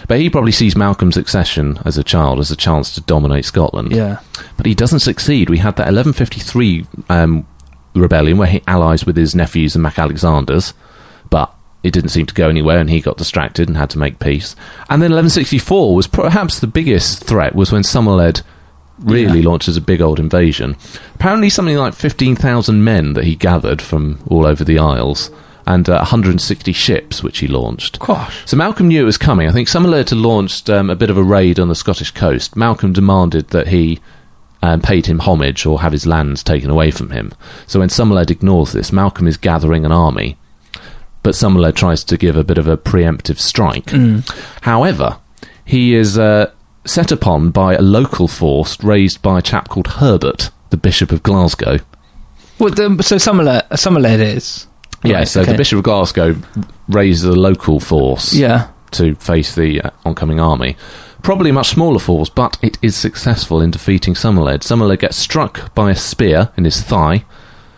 Speaker 3: but he probably sees Malcolm's accession as a child as a chance to dominate Scotland.
Speaker 4: Yeah.
Speaker 3: But he doesn't succeed. We had that 1153 um, rebellion where he allies with his nephews, the Mac Alexanders, but it didn't seem to go anywhere, and he got distracted and had to make peace. And then 1164 was perhaps the biggest threat was when Somerled really launches a big old invasion. Apparently, something like 15,000 men that he gathered from all over the Isles, and uh, 160 ships which he launched.
Speaker 4: Gosh.
Speaker 3: So Malcolm knew it was coming. I think Somerled had launched um, a bit of a raid on the Scottish coast. Malcolm demanded that he um, paid him homage or have his lands taken away from him. So when Somerled ignores this, Malcolm is gathering an army but Summerled tries to give a bit of a preemptive strike.
Speaker 4: Mm.
Speaker 3: However, he is uh, set upon by a local force raised by a chap called Herbert, the Bishop of Glasgow.
Speaker 4: Well, the, so Summerled, Summerled is.
Speaker 3: Yeah,
Speaker 4: Right,
Speaker 3: so
Speaker 4: okay.
Speaker 3: the Bishop of Glasgow raises a local force
Speaker 4: Yeah.
Speaker 3: to face the uh, oncoming army. Probably a much smaller force, but it is successful in defeating Summerled. Summerled gets struck by a spear in his thigh,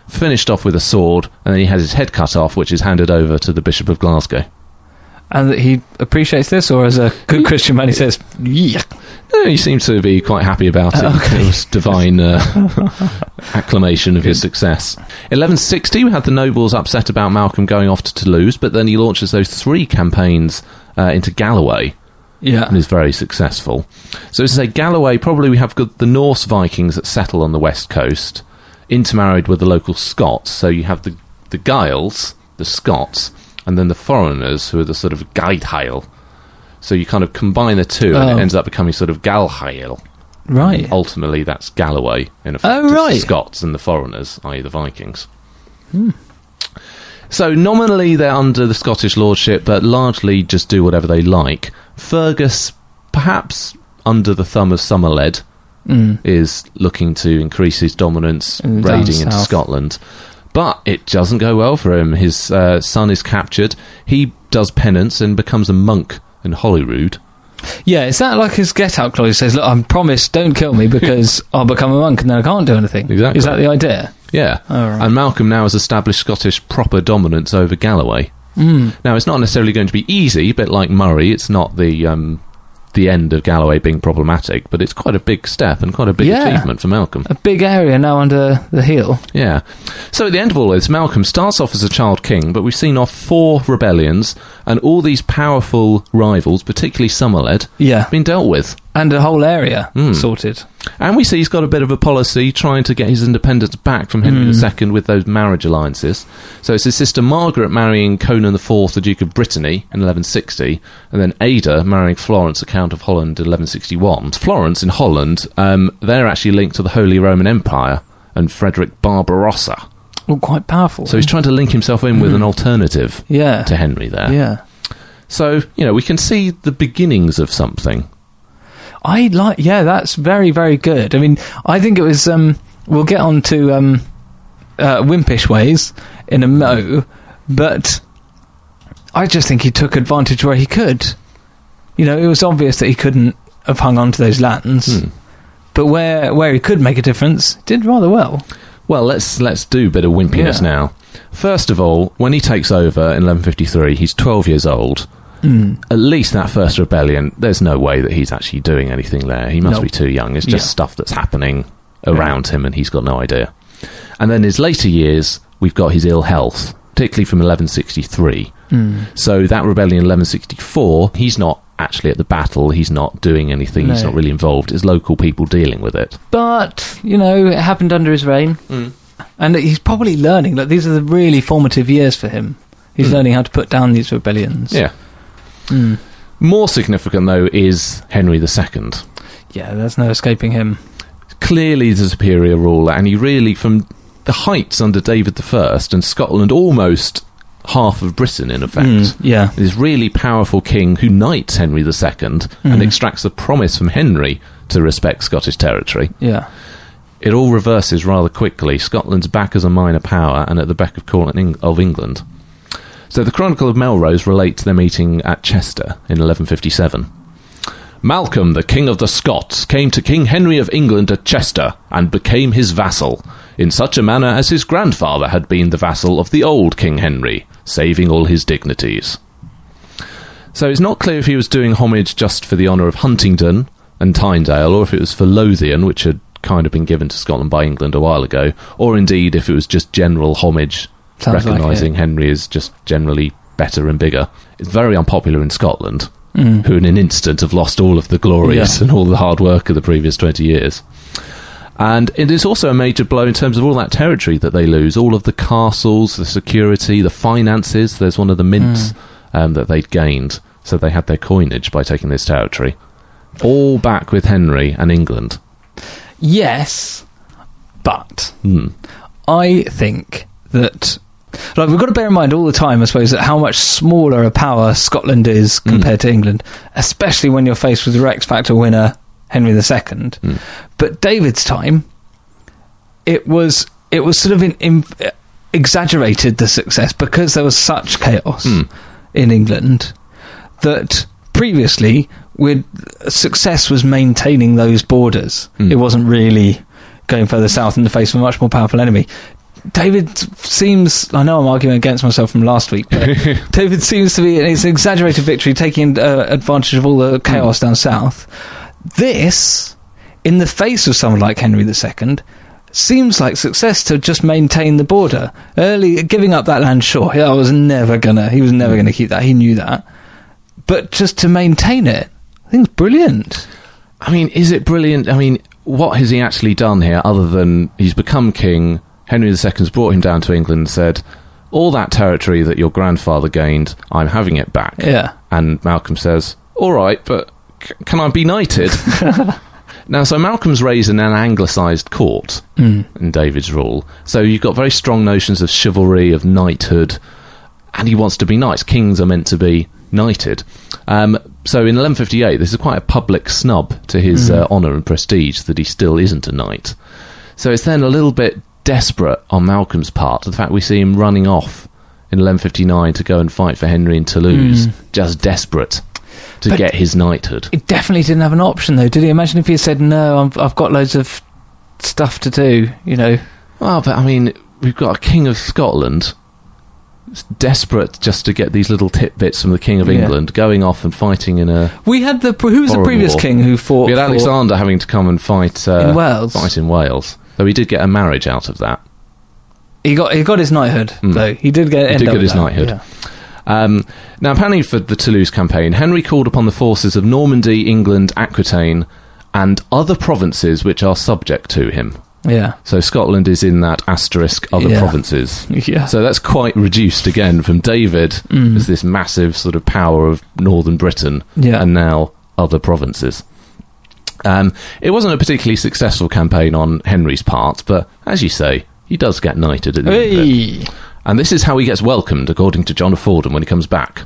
Speaker 3: finished off with a sword, and then he has his head cut off, which is handed over to the Bishop of Glasgow.
Speaker 4: And that he appreciates this, or as a good Christian man, he says, yeah.
Speaker 3: No, he seems to be quite happy about it. It was divine uh, acclamation of his success. 1160, we had the nobles upset about Malcolm going off to Toulouse, but then he launches those three campaigns uh, into Galloway
Speaker 4: Yeah.
Speaker 3: and is very successful. So, as I say, Galloway, probably we have got the Norse Vikings that settle on the west coast, intermarried with the local Scots. So you have the, the Giles, the Scots, and then the foreigners, who are the sort of Gaidhail. So you kind of combine the two, and
Speaker 4: Oh.
Speaker 3: it ends up becoming sort of Galhail.
Speaker 4: Right.
Speaker 3: Ultimately, that's Galloway in effect.
Speaker 4: Oh,
Speaker 3: It's
Speaker 4: right. Hmm.
Speaker 3: The Scots and the foreigners, i.e., the Vikings. So nominally, they're under the Scottish lordship, but largely just do whatever they like. Fergus, perhaps under the thumb of Summerled, is looking to increase his dominance,
Speaker 4: Mm, down
Speaker 3: raiding into
Speaker 4: south.
Speaker 3: Scotland. But it doesn't go well for him. His uh, son is captured. He does penance and becomes a monk in Holyrood.
Speaker 4: Yeah, is that like his get out clause? He says, Look, I'm promised, don't kill me because I'll become a monk and then I can't do anything.
Speaker 3: Exactly.
Speaker 4: Is that the idea?
Speaker 3: Yeah.
Speaker 4: Oh, right.
Speaker 3: And Malcolm now has established Scottish proper dominance over Galloway.
Speaker 4: Um, hmm.
Speaker 3: Mm. Now, it's not necessarily going to be easy, but like Murray, it's not the um, the end of Galloway being problematic, but it's quite a big step and quite a big
Speaker 4: Yeah.
Speaker 3: achievement for Malcolm.
Speaker 4: A big area now under the heel.
Speaker 3: Yeah. So at the end of all this, Malcolm starts off as a child king, but we've seen off four rebellions, and all these powerful rivals, particularly Summerled,
Speaker 4: Yeah. Hmm.
Speaker 3: have been dealt with.
Speaker 4: And a whole area sorted.
Speaker 3: And we see he's got a bit of a policy trying to get his independence back from Henry II with those marriage alliances. So it's his sister Margaret marrying Conan IV, the Duke of Brittany, in 1160, and then Ada marrying Florence, the Count of Holland, in 1161. Florence in Holland, um, they're actually linked to the Holy Roman Empire and Frederick Barbarossa.
Speaker 4: All quite powerful.
Speaker 3: So he's trying to link himself in with an alternative
Speaker 4: yeah.
Speaker 3: to Henry there.
Speaker 4: Yeah.
Speaker 3: So, you know, we can see the beginnings of something.
Speaker 4: I like. Yeah, that's very very good. I mean, I think it was. Um, we'll get on to um, uh, wimpish ways in a mo, but I just think he took advantage where he could. You know, it was obvious that he couldn't have hung on to those lands,
Speaker 3: Hmm.
Speaker 4: but where where he could make a difference, did rather well.
Speaker 3: Well, let's let's do a bit of wimpiness
Speaker 4: Yeah.
Speaker 3: now. First of all, when he takes over in 1153, he's 12 years old.
Speaker 4: Hmm.
Speaker 3: At least that first rebellion, there's no way that he's actually doing anything there. He must
Speaker 4: No.
Speaker 3: be too young. It's just
Speaker 4: Yeah.
Speaker 3: stuff that's happening around him, and he's got no idea. And then his later years, we've got his ill health, particularly from 1163. So that rebellion in 1164, he's not actually at the battle. He's not doing anything. He's
Speaker 4: No.
Speaker 3: not really involved. It's local people dealing with it.
Speaker 4: But you know, it happened under his reign,
Speaker 3: Hmm.
Speaker 4: and he's probably learning. Like these are the really formative years for him. He's learning how to put down these rebellions.
Speaker 3: Hmm. Yeah. More significant, though, is Henry II.
Speaker 4: yeah, there's no escaping him.
Speaker 3: Clearly the superior ruler, and he really, from the heights under David I and Scotland, almost half of Britain, in effect,
Speaker 4: Mm, yeah.
Speaker 3: this really powerful king who knights Henry II and extracts a promise from Henry to respect Scottish territory.
Speaker 4: Yeah.
Speaker 3: It all reverses rather quickly. Scotland's back as a minor power and at the beck of, call in Eng- of England. So the Chronicle of Melrose relates their meeting at Chester in 1157. Malcolm, the King of the Scots, came to King Henry of England at Chester and became his vassal, in such a manner as his grandfather had been the vassal of the old King Henry, saving all his dignities. So it's not clear if he was doing homage just for the honour of Huntingdon and Tyndale, or if it was for Lothian, which had kind of been given to Scotland by England a while ago, or indeed if it was just general homage,
Speaker 4: Sounds like
Speaker 3: recognising Henry as just generally better and bigger. It's very unpopular in Scotland, who in an instant have lost all of the glories
Speaker 4: Yeah.
Speaker 3: and all the hard work of the previous 20 years. And it is also a major blow in terms of all that territory that they lose, all of the castles, the security, the finances. There's one of the mints um, that they'd gained, so they had their coinage by taking this territory. All back with Henry and England.
Speaker 4: Yes, but
Speaker 3: Hmm.
Speaker 4: I think that Like we've got to bear in mind all the time, I suppose, that how much smaller a power Scotland is compared to England, especially when you're faced with the Rex Factor winner Henry II. But David's time, it was it was sort of in, in, exaggerated the success because there was such chaos
Speaker 3: Hmm.
Speaker 4: in England that previously we'd, success was maintaining those borders.
Speaker 3: Mm.
Speaker 4: It wasn't really going further south in the face of a much more powerful enemy. David seems. I know I'm arguing against myself from last week, but David seems to be. It's an exaggerated victory, taking uh, advantage of all the chaos down south. This, in the face of someone like Henry II, seems like success to just maintain the border. Early giving up that land, sure, I was never gonna. He was
Speaker 3: Hmm.
Speaker 4: never gonna keep that. He knew that, but just to maintain it, I think it's brilliant.
Speaker 3: I mean, is it brilliant? I mean, what has he actually done here other than he's become king? Henry II's brought him down to England and said, All that territory that your grandfather gained, I'm having it back.
Speaker 4: Yeah.
Speaker 3: And Malcolm says, All right, but c- can I be knighted? now, so Malcolm's raised in an anglicised court in David's rule. So you've got very strong notions of chivalry, of knighthood, and he wants to be nice. Kings are meant to be knighted. Um, so in 1158, this is quite a public snub to his uh, honour and prestige that he still isn't a knight. So it's then a little bit desperate on Malcolm's part, the fact we see him running off in 1159 to go and fight for Henry in Toulouse, just desperate to
Speaker 4: But-
Speaker 3: get his knighthood.
Speaker 4: He definitely didn't have an option, though, did he? Imagine if he had said, "No, I'm, I've got loads of stuff to do," you know.
Speaker 3: Well, but I mean, we've got a King of Scotland s- desperate just to get these little tidbits from the King of
Speaker 4: Yeah.
Speaker 3: England going off and fighting in a.
Speaker 4: We had the who was the
Speaker 3: Foreign
Speaker 4: previous
Speaker 3: war.
Speaker 4: king who fought
Speaker 3: We had
Speaker 4: for-
Speaker 3: Alexander having to come and fight uh,
Speaker 4: In Wales.
Speaker 3: Fight in Wales, though he did get a marriage out of that.
Speaker 4: He got he got his knighthood though. He did get
Speaker 3: Hmm. He
Speaker 4: end
Speaker 3: did get
Speaker 4: up with
Speaker 3: his
Speaker 4: that,
Speaker 3: knighthood.
Speaker 4: yeah.
Speaker 3: Um, now, apparently, for the Toulouse campaign, Henry called upon the forces of Normandy, England, Aquitaine, and other provinces which are subject to him.
Speaker 4: Yeah.
Speaker 3: So Scotland is in that asterisk other
Speaker 4: Yeah.
Speaker 3: provinces.
Speaker 4: Yeah.
Speaker 3: So that's quite reduced again from David
Speaker 4: Mm.
Speaker 3: as this massive sort of power of northern Britain
Speaker 4: Yeah.
Speaker 3: and now other provinces. Um, it wasn't a particularly successful campaign on Henry's part, but as you say, he does get knighted at the end of it.
Speaker 4: Hey.
Speaker 3: And this is how he gets welcomed, according to John of Fordham, when he comes back.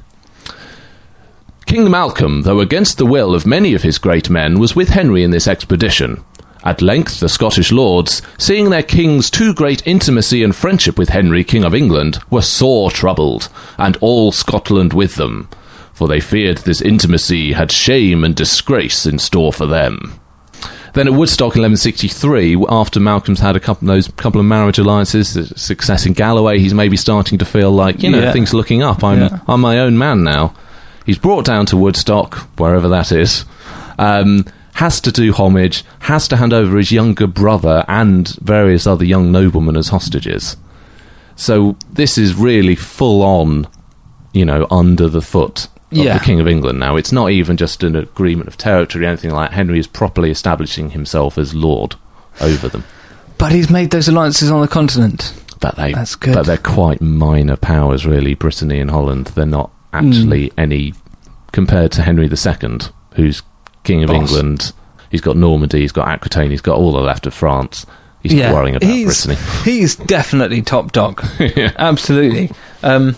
Speaker 3: King Malcolm, though against the will of many of his great men, was with Henry in this expedition. At length, the Scottish lords, seeing their king's too great intimacy and friendship with Henry, King of England, were sore troubled, and all Scotland with them, for they feared this intimacy had shame and disgrace in store for them. Then at Woodstock in 1163, w- after Malcolm's had a couple those couple of marriage alliances, the success in Galloway, he's maybe starting to feel like you know
Speaker 4: Yeah.
Speaker 3: things are looking up. I'm
Speaker 4: Yeah.
Speaker 3: I'm my own man now. He's brought down to Woodstock, wherever that is. Um, has to do homage, has to hand over his younger brother and various other young noblemen as hostages. So this is really full on, you know, under the foot of
Speaker 4: Yeah.
Speaker 3: the King of England now. It's not even just an agreement of territory or anything like that. Henry is properly establishing himself as lord over them.
Speaker 4: But he's made those alliances on the continent.
Speaker 3: But they
Speaker 4: That's good.
Speaker 3: but they're quite minor powers really, Brittany and Holland. They're not actually
Speaker 4: Hmm.
Speaker 3: any compared to Henry II, who's King of
Speaker 4: Boss.
Speaker 3: England. He's got Normandy, he's got Aquitaine, he's got all the left of France. He's not worrying about
Speaker 4: he's,
Speaker 3: Brittany.
Speaker 4: He's definitely top dog. Absolutely. Um,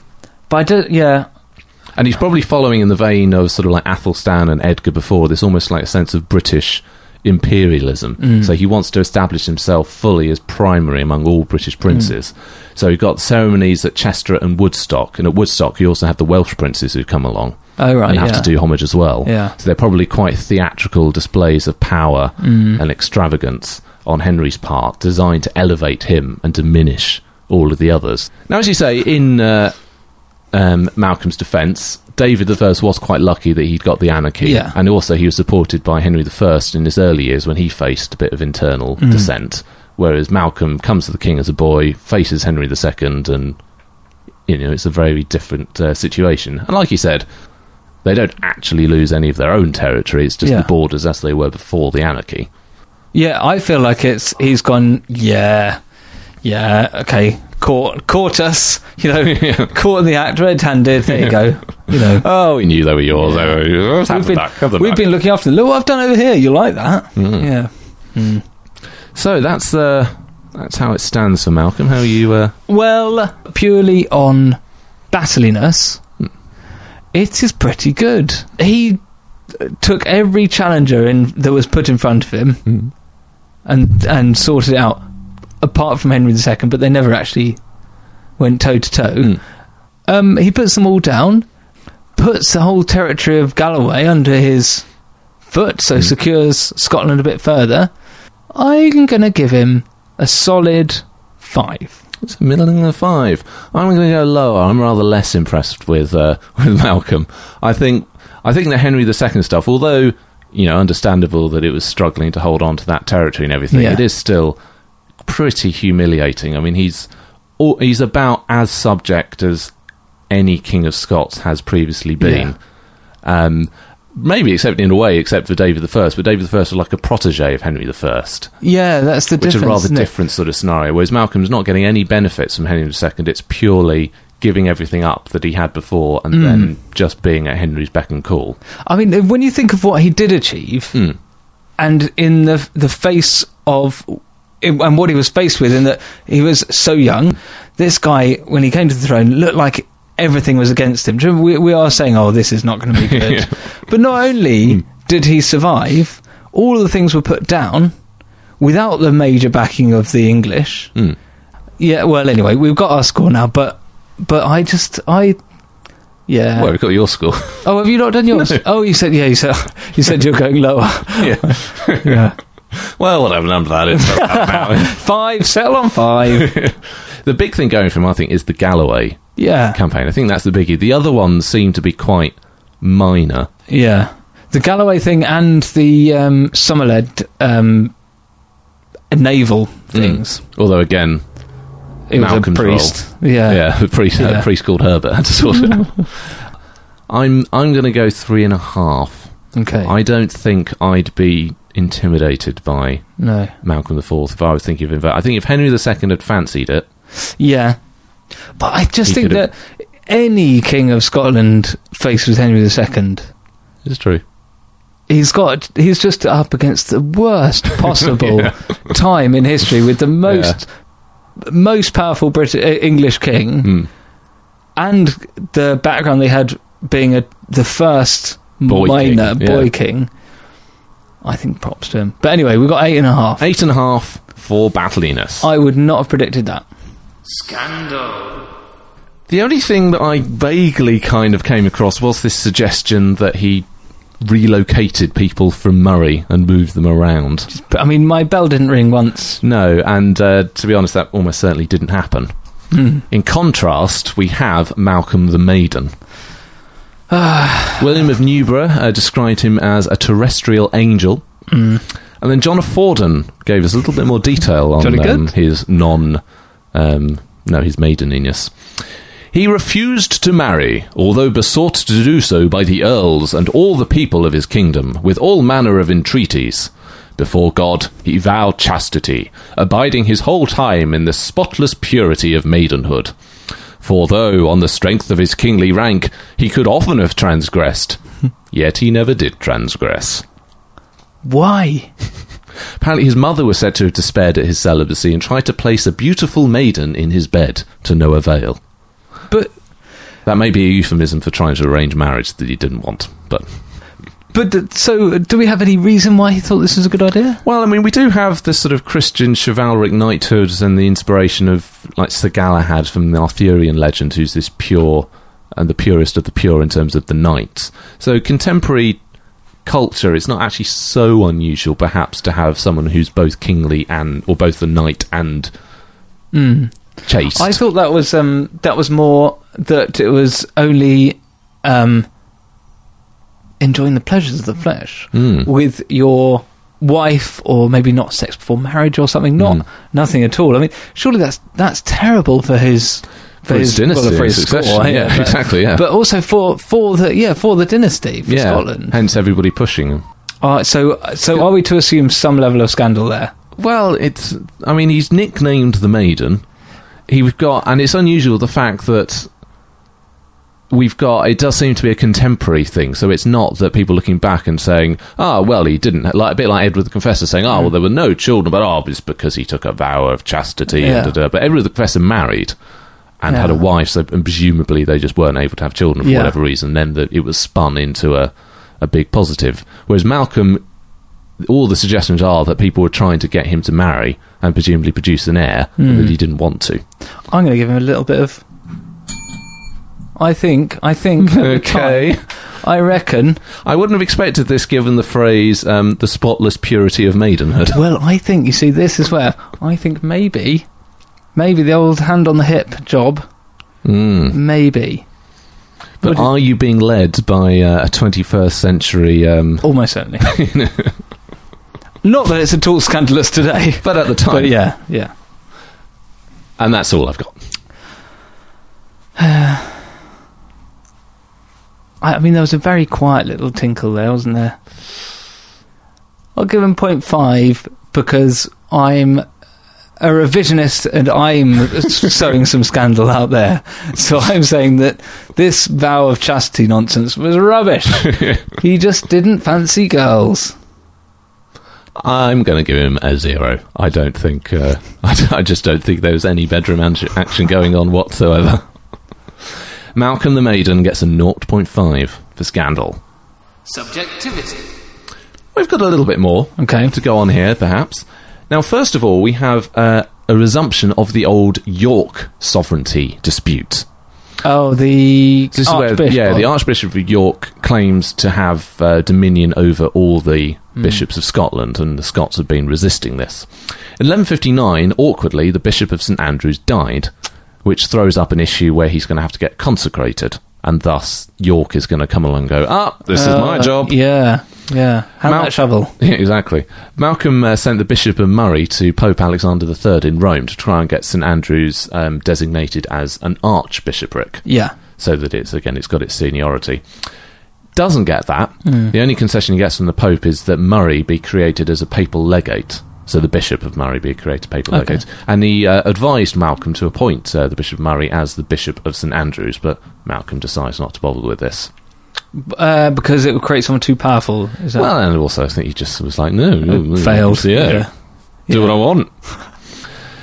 Speaker 4: but I do, yeah,
Speaker 3: And he's probably following in the vein of sort of like Athelstan and Edgar before, this almost like a sense of British imperialism.
Speaker 4: Hmm.
Speaker 3: So he wants to establish himself fully as primary among all British
Speaker 4: Hmm.
Speaker 3: princes. So you've got ceremonies at Chester and Woodstock, and at Woodstock you also have the Welsh princes who come along
Speaker 4: Oh, right,
Speaker 3: and have
Speaker 4: yeah.
Speaker 3: to do homage as well.
Speaker 4: Yeah.
Speaker 3: So they're probably quite theatrical displays of power
Speaker 4: Mm.
Speaker 3: and extravagance on Henry's part, designed to elevate him and diminish all of the others. Now, as you say, in uh, um, Malcolm's defence, David I was quite lucky that he'd got the anarchy,
Speaker 4: Yeah.
Speaker 3: and also he was supported by Henry I in his early years when he faced a bit of internal
Speaker 4: Mm.
Speaker 3: dissent. Whereas Malcolm comes to the king as a boy, faces Henry II, and you know it's a very different uh, situation. And like you said, they don't actually lose any of their own territory; it's just
Speaker 4: Yeah.
Speaker 3: the borders as they were before the anarchy.
Speaker 4: yeah. I feel like it's he's gone. Yeah, yeah. Okay, caught caught us. You know, caught in the act, red-handed. There you go. You know,
Speaker 3: Oh, we knew they were yours. They were yours. Have
Speaker 4: we've
Speaker 3: them
Speaker 4: been
Speaker 3: back, have them
Speaker 4: we've
Speaker 3: back.
Speaker 4: been
Speaker 3: Hmm.
Speaker 4: looking after. them. Look what I've done over here. You like that? Yeah.
Speaker 3: So that's uh, That's how it stands for Malcolm. How you? Uh,
Speaker 4: Well, purely on battliness, it is pretty good. He uh, took every challenger in that was put in front of him and and sorted it out. Apart from Henry II, but they never actually went toe to toe.
Speaker 3: Mm.
Speaker 4: Um, He puts them all down, puts the whole territory of Galloway under his foot, so secures Scotland a bit further. I'm going to give him a solid five.
Speaker 3: It's a middling of five. I'm going to go lower. I'm rather less impressed with uh, with Malcolm. I think I think the Henry II stuff, although you know, understandable that it was struggling to hold on to that territory and everything,
Speaker 4: Yeah.
Speaker 3: it is still pretty humiliating. I mean, he's al- he's about as subject as any King of Scots has previously been. Um, maybe except in a way, except for David I, but David I was like a protege of Henry I
Speaker 4: Yeah, that's the
Speaker 3: which is
Speaker 4: difference.
Speaker 3: a rather
Speaker 4: isn't it?
Speaker 3: different sort of scenario. Whereas Malcolm's not getting any benefits from Henry II. It's purely giving everything up that he had before and then just being at Henry's beck and call.
Speaker 4: I mean, when you think of what he did achieve,
Speaker 3: Mm.
Speaker 4: and in the the face of and what he was faced with, in that he was so young, this guy when he came to the throne looked like everything was against him. Do you remember, we we are saying, oh, this is not going to be good,
Speaker 3: Yeah. Hmm.
Speaker 4: but not only did he survive, all of the things were put down without the major backing of the English.
Speaker 3: Mm.
Speaker 4: Yeah, well, anyway, we've got our score now, but but I just I. Yeah.
Speaker 3: well, we've got your score.
Speaker 4: Oh, have you not done yours? Oh, you said yeah. You said you said you're going lower.
Speaker 3: yeah.
Speaker 4: yeah,
Speaker 3: Well, whatever number that is. doesn't matter now.
Speaker 4: five. Settle on five.
Speaker 3: the big thing going from, I think, is the Galloway
Speaker 4: Yeah,
Speaker 3: campaign. I think that's the biggie. The other ones seem to be quite minor.
Speaker 4: yeah. The Galloway thing and the um, Somerled um, naval
Speaker 3: Hmm.
Speaker 4: things.
Speaker 3: Although, again,
Speaker 4: It was
Speaker 3: Malcolm's
Speaker 4: a
Speaker 3: role.
Speaker 4: priest. Yeah.
Speaker 3: Uh, yeah, a priest,
Speaker 4: Yeah.
Speaker 3: a priest called Herbert had to sort it out. I'm, I'm going to go three and a half.
Speaker 4: Okay.
Speaker 3: I don't think I'd be intimidated by
Speaker 4: no.
Speaker 3: Malcolm IV if I was thinking of him. I think if Henry II had fancied it,
Speaker 4: Yeah, but I just
Speaker 3: He
Speaker 4: think
Speaker 3: could've-
Speaker 4: that any king of Scotland faced with Henry II,
Speaker 3: it's true.
Speaker 4: he's got he's just up against the worst possible
Speaker 3: Yeah.
Speaker 4: time in history with the most most powerful British uh, English king
Speaker 3: Mm.
Speaker 4: and the background they had being a the first
Speaker 3: Boy king,
Speaker 4: minor
Speaker 3: yeah.
Speaker 4: boy king. I think props to him. But anyway, we got eight and a half.
Speaker 3: Eight and a half for battliness.
Speaker 4: I would not have predicted that.
Speaker 1: Scandal.
Speaker 3: the only thing that I vaguely kind of came across was this suggestion that he relocated people from Murray and moved them around.
Speaker 4: But I mean, my bell didn't ring once.
Speaker 3: No, and uh, to be honest, that almost certainly didn't happen. In contrast, we have Malcolm the Maiden. William of Newborough uh, described him as a terrestrial angel. And then John of Fordon gave us a little bit more detail
Speaker 4: Jolly
Speaker 3: on
Speaker 4: good.
Speaker 3: um, his non. Um, no, his maideniness. He refused to marry, although besought to do so by the earls and all the people of his kingdom, with all manner of entreaties. Before God, he vowed chastity, abiding his whole time in the spotless purity of maidenhood. For though, on the strength of his kingly rank, he could often have transgressed, yet he never did transgress.
Speaker 4: Why?
Speaker 3: Apparently, his mother was said to have despaired at his celibacy and tried to place a beautiful maiden in his bed to no avail.
Speaker 4: But
Speaker 3: That may be a euphemism for trying to arrange marriage that he didn't want, but
Speaker 4: but th- so do we have any reason why he thought this was a good idea?
Speaker 3: well, I mean, we do have this sort of Christian chivalric knighthoods and the inspiration of like Sir Galahad from the Arthurian legend, who's this pure and the purest of the pure in terms of the knights. So contemporary culture, it's not actually so unusual, perhaps, to have someone who's both kingly and or both the knight and Hmm. chaste.
Speaker 4: I thought that was um that was more that it was only um enjoying the pleasures of the flesh
Speaker 3: Mm.
Speaker 4: with your wife or maybe not sex before marriage or something not
Speaker 3: Mm.
Speaker 4: nothing at all i mean surely that's that's terrible for his
Speaker 3: For his dynasty
Speaker 4: well,
Speaker 3: and
Speaker 4: for his
Speaker 3: succession,
Speaker 4: score,
Speaker 3: yeah,
Speaker 4: but-
Speaker 3: exactly, yeah.
Speaker 4: but also for for the yeah for the dynasty for
Speaker 3: yeah,
Speaker 4: scotland
Speaker 3: hence everybody pushing him.
Speaker 4: all right so so are we to assume some level of scandal there
Speaker 3: Well, it's. I mean, he's nicknamed the Maiden. He- We've got, and it's unusual the fact that we've got it does seem to be a contemporary thing so it's not that people looking back and saying ah well he didn't like a bit like edward the confessor saying ah well there were no children but oh it's because he took a vow of chastity
Speaker 5: Yeah.
Speaker 3: and da, da. but edward the confessor married and had a
Speaker 5: Yeah.
Speaker 3: wife so and presumably they just weren't able to have children for
Speaker 5: Yeah.
Speaker 3: whatever reason then the, it was spun into a, a big positive whereas malcolm all the suggestions are that people were trying to get him to marry and presumably produce an heir but that he didn't want to
Speaker 4: I'm going to give him a little bit of. I think. I think. at the time, I reckon.
Speaker 3: I wouldn't have expected this given the phrase um, the spotless purity of maidenhood.
Speaker 4: Well, I think you see. This is where I think maybe, maybe the old hand on the hip job.
Speaker 3: Mm.
Speaker 4: Maybe
Speaker 3: But are you being led by uh, a 21st century. Um,
Speaker 4: almost certainly.
Speaker 5: Not that it's at all scandalous today.
Speaker 3: but at the time.
Speaker 4: but yeah, yeah.
Speaker 3: And that's all I've got.
Speaker 4: I, I mean, there was a very quiet little tinkle there, wasn't there? I'll give him 0.5 because I'm a revisionist and I'm sowing some scandal out there. So I'm saying that this vow of chastity nonsense was rubbish. he just didn't fancy girls.
Speaker 3: I'm going to give him a zero. I don't think. Uh, I, d- I just don't think there was any bedroom an- action going on whatsoever. Malcolm the Maiden gets a 0.5 for scandal.
Speaker 1: Subjectivity.
Speaker 3: We've got a little bit more
Speaker 4: Okay.
Speaker 3: to go on here, perhaps. Now, first of all, we have uh, a resumption of the old York sovereignty dispute.
Speaker 4: Oh, the
Speaker 3: So this is where,
Speaker 4: Archbishop.
Speaker 3: yeah, the Archbishop of York claims to have uh, dominion over all the
Speaker 4: Hmm.
Speaker 3: bishops of Scotland, and the Scots have been resisting this. In 1159, awkwardly, the Bishop of St Andrews died, which throws up an issue where he's going to have to get consecrated, and thus York is going to come along and go, ah, this is my
Speaker 4: Uh,
Speaker 3: job.
Speaker 4: Yeah, yeah. Hand
Speaker 3: Mount-
Speaker 4: that shovel.
Speaker 3: Yeah, exactly. Malcolm uh, sent the Bishop of Murray to Pope Alexander III in Rome to try and get St Andrews um, designated as an archbishopric,
Speaker 4: Yeah.
Speaker 3: so that it's again it's got its seniority. Doesn't get that.
Speaker 4: Mm.
Speaker 3: The only concession he gets from the Pope is that Murray be created as a papal legate. So the Bishop of Murray be created papal
Speaker 4: Okay.
Speaker 3: legate, and he uh, advised Malcolm to appoint uh, the Bishop of Murray as the Bishop of St Andrews, but Malcolm decides not to bother with this.
Speaker 4: Uh, because it would create someone too powerful. Is that
Speaker 3: Well, and also I think he just was like, no, no,
Speaker 4: failed.
Speaker 3: Yeah,
Speaker 4: Yeah.
Speaker 3: do what I want.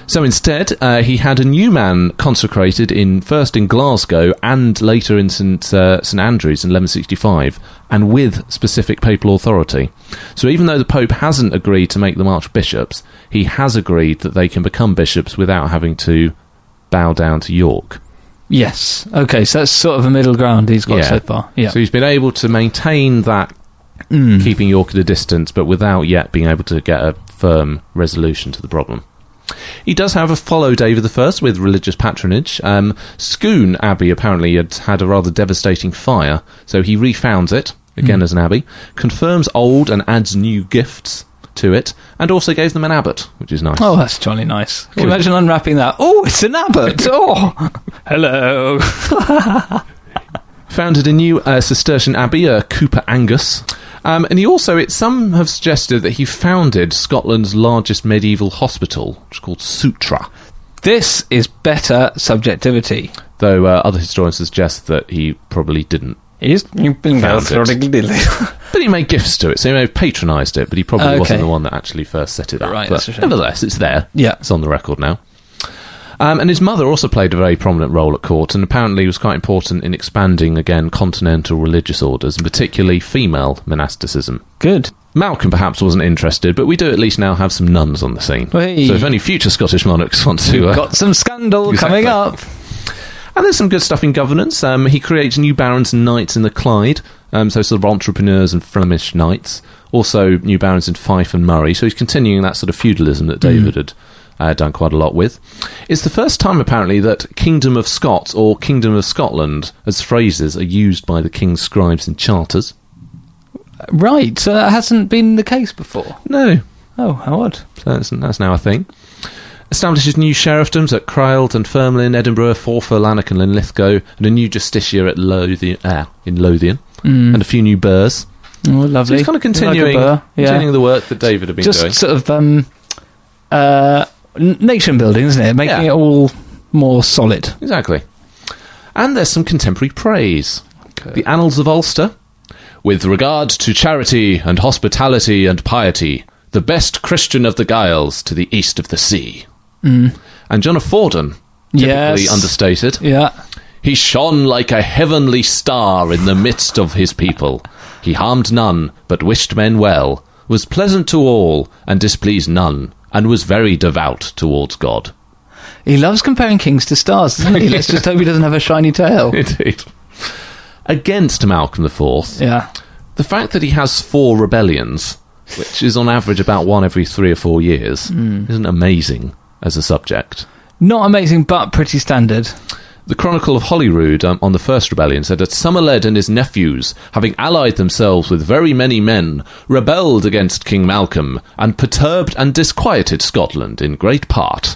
Speaker 3: So instead, uh, he had a new man consecrated in first in Glasgow and later in St uh, St Andrews in 1165, and with specific papal authority. So even though the Pope hasn't agreed to make them archbishops, he has agreed that they can become bishops without having to bow down to York.
Speaker 4: Yes. Okay, so that's sort of a middle ground he's got
Speaker 3: Yeah.
Speaker 4: so far. Yeah. Hmm.
Speaker 3: So he's been able to maintain that
Speaker 4: Mm-hmm.
Speaker 3: keeping York at a distance, but without yet being able to get a firm resolution to the problem. He does, however, follow David I with religious patronage. Um, Scone Abbey apparently had had a rather devastating fire, so he refounds it, again as an abbey, confirms old and adds new gifts to it, and also gave them an abbot, which is nice.
Speaker 4: oh, that's jolly nice. Can you
Speaker 3: Oh,
Speaker 4: imagine unwrapping that? Oh, it's an abbot. Oh, hello.
Speaker 3: founded a new uh, Cistercian abbey, uh, Cooper Angus. Um, and he also, it, some have suggested that he founded Scotland's largest medieval hospital, which is called Sutra.
Speaker 4: This is better subjectivity.
Speaker 3: Though uh, other historians suggest that he probably didn't.
Speaker 4: Is
Speaker 3: Found But he made gifts to it, so he may have patronised it, but he probably
Speaker 4: Okay.
Speaker 3: wasn't the one that actually first set it up.
Speaker 4: Right,
Speaker 3: but
Speaker 4: that's a shame.
Speaker 3: nevertheless, it's there.
Speaker 4: Yeah.
Speaker 3: It's on the record now. Um, and his mother also played a very prominent role at court and apparently was quite important in expanding, again, continental religious orders, and particularly female monasticism.
Speaker 4: Good.
Speaker 3: Malcolm perhaps wasn't interested, but we do at least now have some nuns on the scene.
Speaker 4: Hey.
Speaker 3: So if any future Scottish monarchs want to, uh,
Speaker 4: Got some scandal
Speaker 3: Exactly.
Speaker 4: coming up.
Speaker 3: and there's some good stuff in governance. Um, he creates new barons and knights in the Clyde, um, so sort of entrepreneurs and Flemish knights. Also, new barons in Fife and Murray. So he's continuing that sort of feudalism that David had uh, done quite a lot with. It's the first time apparently that Kingdom of Scots or Kingdom of Scotland as phrases are used by the king's scribes and charters.
Speaker 4: Right, so that hasn't been the case before.
Speaker 3: No,
Speaker 4: Oh, how odd.
Speaker 3: So that's, that's now a thing. Establishes new sheriffdoms at Cryld and Firmlin, Edinburgh, Forfar, Lanark and Linlithgow, and a new justicia at Lothian, uh, in Lothian, and a few new burrs.
Speaker 4: Oh,
Speaker 3: So
Speaker 4: lovely.
Speaker 3: he's kind of
Speaker 4: Mm. Like a
Speaker 3: continuing,
Speaker 4: burr, yeah.
Speaker 3: continuing the work that David had been
Speaker 4: just
Speaker 3: doing.
Speaker 4: sort of um, uh, n- nation building, isn't it? Making
Speaker 3: Yeah.
Speaker 4: it all more solid.
Speaker 3: Exactly. And there's some contemporary praise. The Annals of Ulster. With regard to charity and hospitality and piety, the best Christian of the Giles to the east of the sea. And John of Fordon, typically
Speaker 4: Mm. Yes.
Speaker 3: understated.
Speaker 4: Yeah.
Speaker 3: He shone like a heavenly star in the midst of his people. He harmed none, but wished men well, was pleasant to all, and displeased none, and was very devout towards God.
Speaker 4: He loves comparing kings to stars, doesn't he? Let's just hope he doesn't have a shiny tail.
Speaker 3: Indeed. Against Malcolm IV,
Speaker 4: Yeah.
Speaker 3: the fact that he has four rebellions, which is on average about one every three or four years, isn't amazing as a subject.
Speaker 4: Not amazing, but pretty standard.
Speaker 3: The Chronicle of Holyrood um, on the First Rebellion said that Somerled and his nephews, having allied themselves with very many men, rebelled against King Malcolm and perturbed and disquieted Scotland in great part.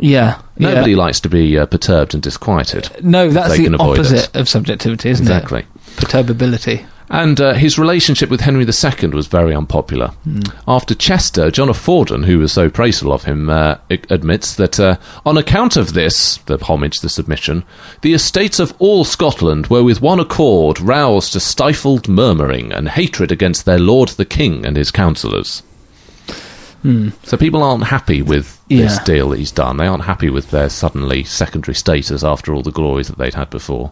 Speaker 4: Yeah. yeah.
Speaker 3: Nobody likes to be uh, perturbed and disquieted.
Speaker 4: No, that's
Speaker 3: they
Speaker 4: the
Speaker 3: can avoid
Speaker 4: opposite of subjectivity, isn't
Speaker 3: Exactly.
Speaker 4: it? Perturbability.
Speaker 3: And uh, his relationship with Henry II was very unpopular. After Chester, John of Fordon, who was so praiseful of him, uh, a- admits that uh, on account of this, the homage, the submission, the estates of all Scotland were with one accord roused to stifled murmuring and hatred against their lord the king and his councillors. So people aren't happy with this
Speaker 4: Yeah.
Speaker 3: deal that he's done. They aren't happy with their suddenly secondary status after all the glories that they'd had before.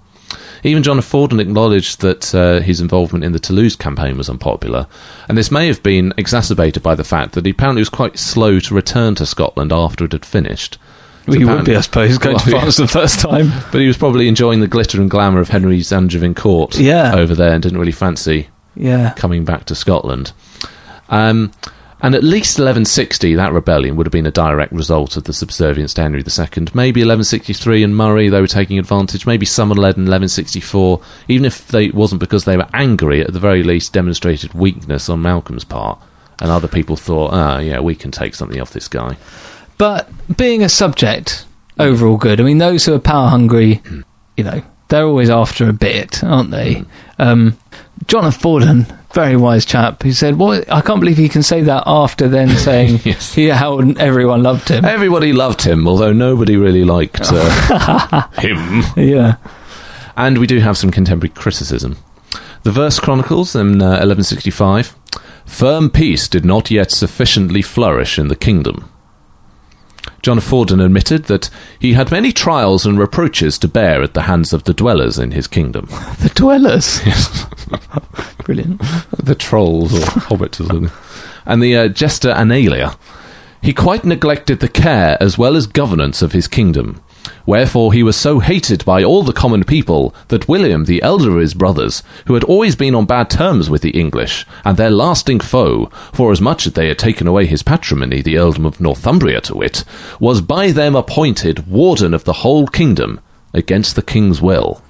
Speaker 3: Even John of Fordon acknowledged that uh, his involvement in the Toulouse campaign was unpopular, and this may have been exacerbated by the fact that he apparently was quite slow to return to Scotland after it had finished. So
Speaker 6: Well, you would
Speaker 3: apparently-
Speaker 6: be, I suppose, going to
Speaker 3: Well, yeah.
Speaker 6: France the first time.
Speaker 3: But he was probably enjoying the glitter and glamour of Henry's Angevin court
Speaker 6: Yeah.
Speaker 3: over there and didn't really fancy
Speaker 6: Yeah.
Speaker 3: coming back to Scotland. Um, and at least 1160, that rebellion would have been a direct result of the subservience to Henry II. Maybe 1163 and Murray, they were taking advantage. Maybe Somerled in 1164, even if they, it wasn't because they were angry, at the very least demonstrated weakness on Malcolm's part. And other people thought, ah, yeah, we can take something off this guy.
Speaker 4: But being a subject, overall good. I mean, those who are power hungry, you know, they're always after a bit, aren't they? Um, John of Fordon, very wise chap, who said, "What? I can't believe he can say that after then saying
Speaker 3: Yes.
Speaker 4: yeah, how everyone loved him."
Speaker 3: Everybody loved him, although nobody really liked uh, him.
Speaker 4: Yeah.
Speaker 3: And we do have some contemporary criticism. The Verse Chronicles in uh, 1165 Firm peace did not yet sufficiently flourish in the kingdom. John of Fordon admitted that he had many trials and reproaches to bear at the hands of the dwellers in his kingdom.
Speaker 4: The dwellers. Brilliant.
Speaker 3: the trolls or hobbits or something. And the uh, jester Analia. He quite neglected the care as well as governance of his kingdom. Wherefore he was so hated by all the common people that William, the elder of his brothers, who had always been on bad terms with the English, and their lasting foe, forasmuch as they had taken away his patrimony, the earldom of Northumbria to wit, was by them appointed warden of the whole kingdom against the king's will.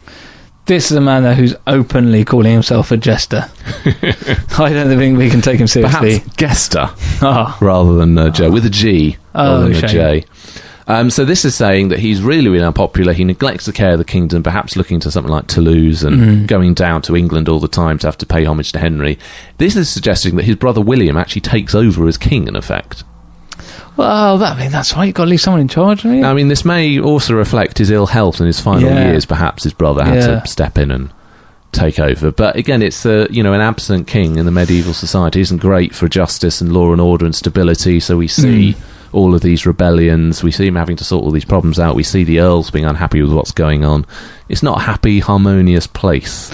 Speaker 4: This is a man though, who's openly calling himself a jester. I don't think we can take him seriously.
Speaker 3: Perhaps Gester.
Speaker 4: Ah,
Speaker 3: rather than uh, Joe, with a G rather
Speaker 4: Oh,
Speaker 3: than a
Speaker 4: shame.
Speaker 3: J. Um, so this is saying that he's really, really unpopular. He neglects the care of the kingdom, perhaps looking to something like Toulouse and
Speaker 4: Mm.
Speaker 3: going down to England all the time to have to pay homage to Henry. This is suggesting that his brother William actually takes over as king, in effect.
Speaker 4: well, that, I mean, that's right. You've got to leave someone in charge, haven't you?
Speaker 3: I mean, this may also reflect his ill health in his final
Speaker 4: Yeah.
Speaker 3: years. Perhaps his brother had
Speaker 4: Yeah.
Speaker 3: to step in and take over. But again, it's uh, you know an absent king in the medieval society isn't great for justice and law and order and stability. So we see
Speaker 4: Hmm.
Speaker 3: all of these rebellions. We see him having to sort all these problems out. We see the earls being unhappy with what's going on. It's not a happy, harmonious place.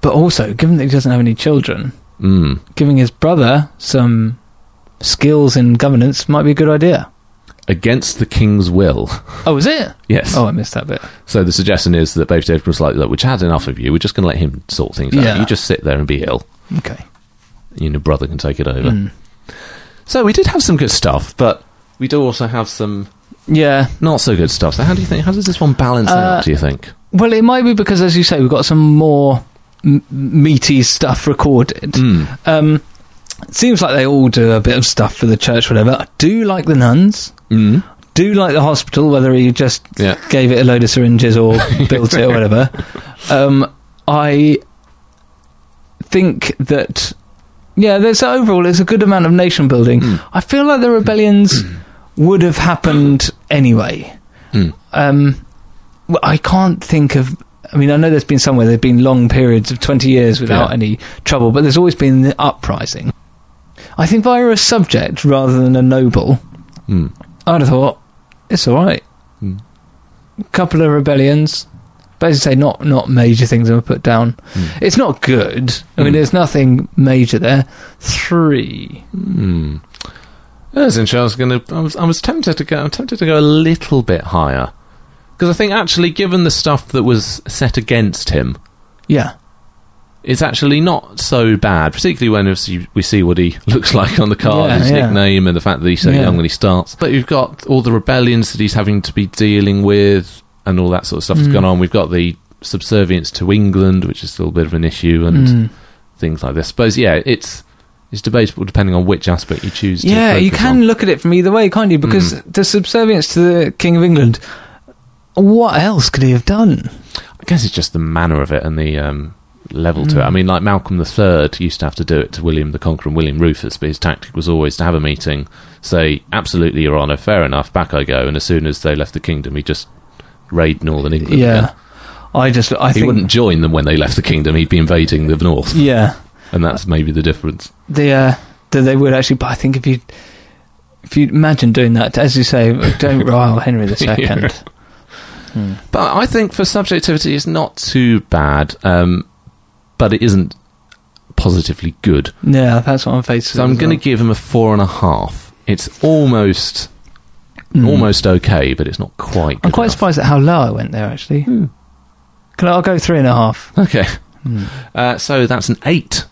Speaker 4: But also, given that he doesn't have any children,
Speaker 3: Mm.
Speaker 4: giving his brother some skills in governance might be a good idea.
Speaker 3: Against the king's will.
Speaker 4: Oh, is it?
Speaker 3: Yes.
Speaker 4: Oh, I missed that bit.
Speaker 3: So the suggestion is that both David was like, look, we've had enough of you. We're just going to let him sort things out.
Speaker 4: Yeah.
Speaker 3: You just sit there and be ill.
Speaker 4: Okay.
Speaker 3: You know, brother can take it over.
Speaker 4: Mm.
Speaker 3: So we did have some good stuff, but we do also have some
Speaker 4: Yeah.
Speaker 3: not so good stuff. So how do you think? How does this one balance out? Do you think?
Speaker 4: Well, it might be because, as you say, we've got some more m- meaty stuff recorded.
Speaker 3: Mm.
Speaker 4: Um, it seems like they all do a bit of stuff for the church, whatever. I do like the nuns.
Speaker 3: Mm.
Speaker 4: Do like the hospital, whether he just
Speaker 3: Yeah.
Speaker 4: gave it a load of syringes or built it or whatever. Um, I think that yeah, there's overall there's a good amount of nation building.
Speaker 3: Hmm.
Speaker 4: I feel like the
Speaker 3: Hmm.
Speaker 4: rebellions would have happened anyway.
Speaker 3: Mm.
Speaker 4: Um, well, I can't think of. I mean, I know there's been somewhere there've been long periods of 20 years without
Speaker 3: Yeah.
Speaker 4: any trouble, but there's always been the uprising. I think if I were a subject rather than a noble,
Speaker 3: Hmm.
Speaker 4: I'd have thought it's all right.
Speaker 3: Hmm.
Speaker 4: Couple of rebellions, basically not not major things I would put down.
Speaker 3: Hmm.
Speaker 4: It's not good. I mean,
Speaker 3: Hmm.
Speaker 4: there's nothing major there. Three.
Speaker 3: Hmm. As in, I was going to. I was. I was tempted to go. I'm tempted to go a little bit higher because I think actually, given the stuff that was set against him,
Speaker 4: Yeah.
Speaker 3: it's actually not so bad. Particularly when obviously we see what he looks like on the card,
Speaker 4: Yeah,
Speaker 3: his
Speaker 4: yeah.
Speaker 3: nickname, and the fact that he's so
Speaker 4: Yeah.
Speaker 3: young when he starts. But you've got all the rebellions that he's having to be dealing with, and all that sort of stuff that's
Speaker 4: Mm.
Speaker 3: gone on. We've got the subservience to England, which is still a bit of an issue, and
Speaker 4: Mm.
Speaker 3: things like this. I suppose, yeah, it's it's debatable depending on which aspect you choose.
Speaker 4: Yeah,
Speaker 3: to
Speaker 4: you
Speaker 3: focus
Speaker 4: can
Speaker 3: on. Mm.
Speaker 4: look at it from either way, can't you? Because the subservience to the King of England. What else could he have done?
Speaker 3: I guess it's just the manner of it and the um, level to it. I
Speaker 4: Mm.
Speaker 3: mean, like Malcolm III used to have to do it to William the Conqueror and William Rufus, but his tactic was always to have a meeting, say, absolutely, Your Honour, fair enough, back I go. And as soon as they left the kingdom, he just raid northern England.
Speaker 4: Yeah,
Speaker 3: again.
Speaker 4: I just I
Speaker 3: He
Speaker 4: think
Speaker 3: wouldn't join them when they left the kingdom. He'd be invading the north,
Speaker 4: yeah
Speaker 3: and that's maybe the difference.
Speaker 4: the uh, that they would actually. But I think if you if you imagine doing that, as you say, don't rile Henry the
Speaker 3: Yeah.
Speaker 4: Second.
Speaker 3: But I think for subjectivity, it's not too bad, um, but it isn't positively good.
Speaker 4: Yeah, that's what I'm facing.
Speaker 3: So I'm going to give him a four and a half. It's almost almost okay, but it's not quite. Good
Speaker 4: Mm. I'm quite surprised at how low I went there. Actually,
Speaker 3: Hmm.
Speaker 4: can I, will go three and a half.
Speaker 3: surprised. Okay,
Speaker 4: Hmm.
Speaker 3: uh, so that's an eight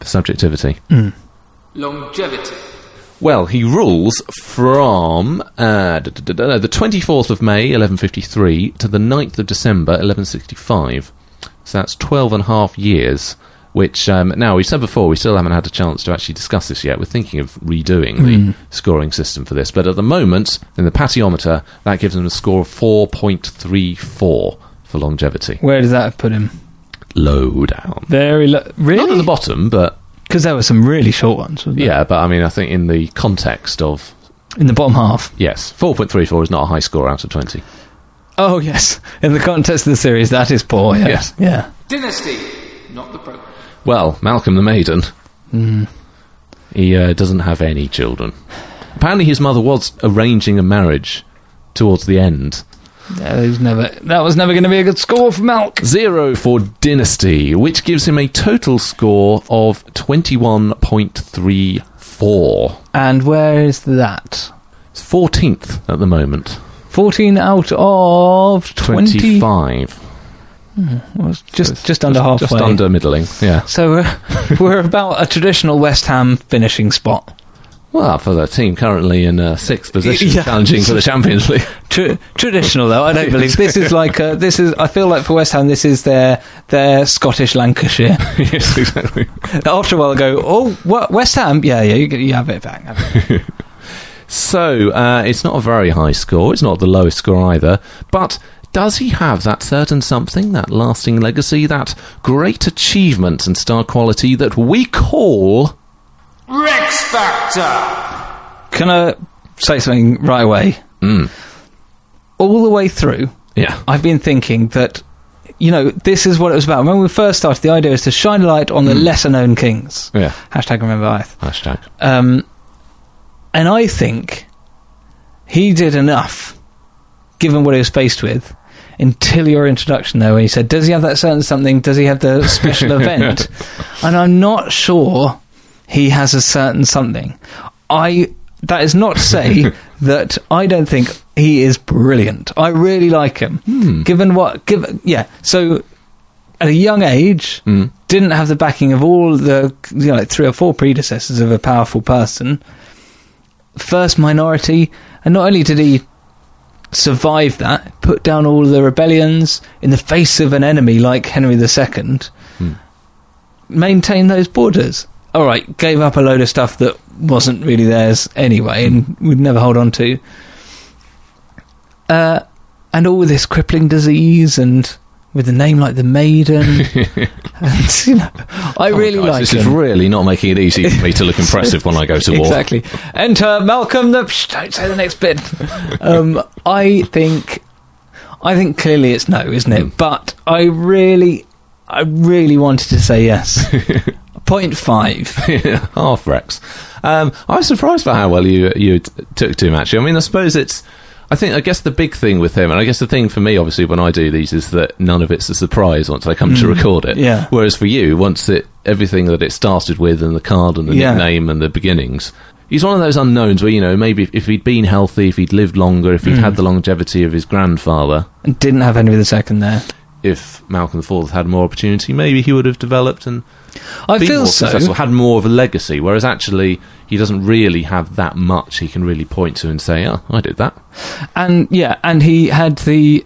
Speaker 3: for subjectivity.
Speaker 1: Longevity.
Speaker 3: Well, he rules from uh, da- da- da- da- the 24th of May 1153 to the 9th of December 1165. So that's 12 and a half years. Which um, now we said before, we still haven't had a chance to actually discuss this yet. We're thinking of redoing the scoring system for this, but at the moment, in the patiometer, that gives him a score of 4.34 for longevity.
Speaker 4: Where does that put him?
Speaker 3: Low down,
Speaker 4: Very low.
Speaker 3: not at the
Speaker 4: Really?
Speaker 3: bottom, but
Speaker 4: Because there were some really short ones. Wasn't there?
Speaker 3: yeah. But I mean, I think in the context of
Speaker 4: in the bottom half.
Speaker 3: Yes, four point three four is not a high score out of twenty.
Speaker 4: Oh yes, in the context of the series, that is poor. Yeah.
Speaker 3: Yes.
Speaker 4: Yeah.
Speaker 1: Dynasty. Not the program.
Speaker 3: Well, Malcolm the Maiden, he uh, doesn't have any children. Apparently, his mother was arranging a marriage towards the end.
Speaker 4: Yeah, that was never. That was never going to be a good score for Malk.
Speaker 3: Zero for Dynasty, which gives him a total score of twenty one point three four.
Speaker 4: And where is that?
Speaker 3: It's fourteenth at the moment.
Speaker 4: Fourteen out of
Speaker 3: Twenty
Speaker 4: twenty.
Speaker 3: five,
Speaker 4: Well, it's just just under halfway.
Speaker 3: just under middling. Yeah.
Speaker 4: So we're, we're about a traditional West Ham finishing spot.
Speaker 3: Well, for the team currently in uh, sixth position,
Speaker 4: Yeah.
Speaker 3: challenging for the Champions League.
Speaker 4: Tr- traditional though, I don't believe this is like uh this is. I feel like for West Ham, this is their their Scottish Lancashire.
Speaker 3: yes, exactly.
Speaker 4: After a while, go oh what, West Ham, yeah yeah, you, you have it back. have it."
Speaker 3: So uh, it's not a very high score. It's not the lowest score either. But does he have that certain something, that lasting legacy, that great achievement and star quality that we call?
Speaker 1: Rex Factor.
Speaker 4: Can I say something right away?
Speaker 3: Mm.
Speaker 4: All the way through,
Speaker 3: Yeah.
Speaker 4: I've been thinking that, you know, this is what it was about. When we first started, the idea is to shine a light on the lesser known kings.
Speaker 3: Yeah.
Speaker 4: Hashtag remember Ith.
Speaker 3: Hashtag.
Speaker 4: Um, and I think he did enough, given what he was faced with, until your introduction, though, when you said, does he have that certain something? Does he have the special event? And I'm not sure he has a certain something. I. That is not to say that I don't think he is brilliant. I really like him
Speaker 3: Hmm.
Speaker 4: given what given yeah so at a young age
Speaker 3: Mm.
Speaker 4: didn't have the backing of all the you know like three or four predecessors of a powerful person first minority and not only did he survive that put down all the rebellions in the face of an enemy like henry ii
Speaker 3: Hmm.
Speaker 4: maintain those borders all right gave up a load of stuff that wasn't really theirs anyway and would never hold on to uh, and all this crippling disease and with a name like the maiden and you know i
Speaker 3: Oh,
Speaker 4: really
Speaker 3: guys,
Speaker 4: like
Speaker 3: this
Speaker 4: him.
Speaker 3: is really not making it easy for me to look impressive when I go to war.
Speaker 4: Exactly. Enter Malcolm the. Psh, don't say the next bit. Um, I think. I think clearly it's no, isn't
Speaker 3: Hmm.
Speaker 4: it? But I really, I really wanted to say yes. Point five.
Speaker 3: half Rex. Um, I was surprised by how well you you t- took to him. Actually, I mean, I suppose it's. I think I guess the big thing with him, and I guess the thing for me, obviously, when I do these, is that none of it's a surprise once I come to record it.
Speaker 4: Mm. yeah.
Speaker 3: Whereas for you, once it everything that it started with, and the card, and the
Speaker 4: Yeah.
Speaker 3: nickname, and the beginnings. He's one of those unknowns where, you know, maybe if- if he'd been healthy, if he'd lived longer, if he'd
Speaker 4: Mm.
Speaker 3: had the longevity of his grandfather,
Speaker 4: And didn't have Henry the Second there.
Speaker 3: if Malcolm IV had more opportunity, maybe he would have developed and
Speaker 4: I
Speaker 3: been
Speaker 4: feel
Speaker 3: more
Speaker 4: so.
Speaker 3: successful, had more of a legacy. Whereas actually, he doesn't really have that much he can really point to and say, "Oh, I did that."
Speaker 4: and yeah, and he had the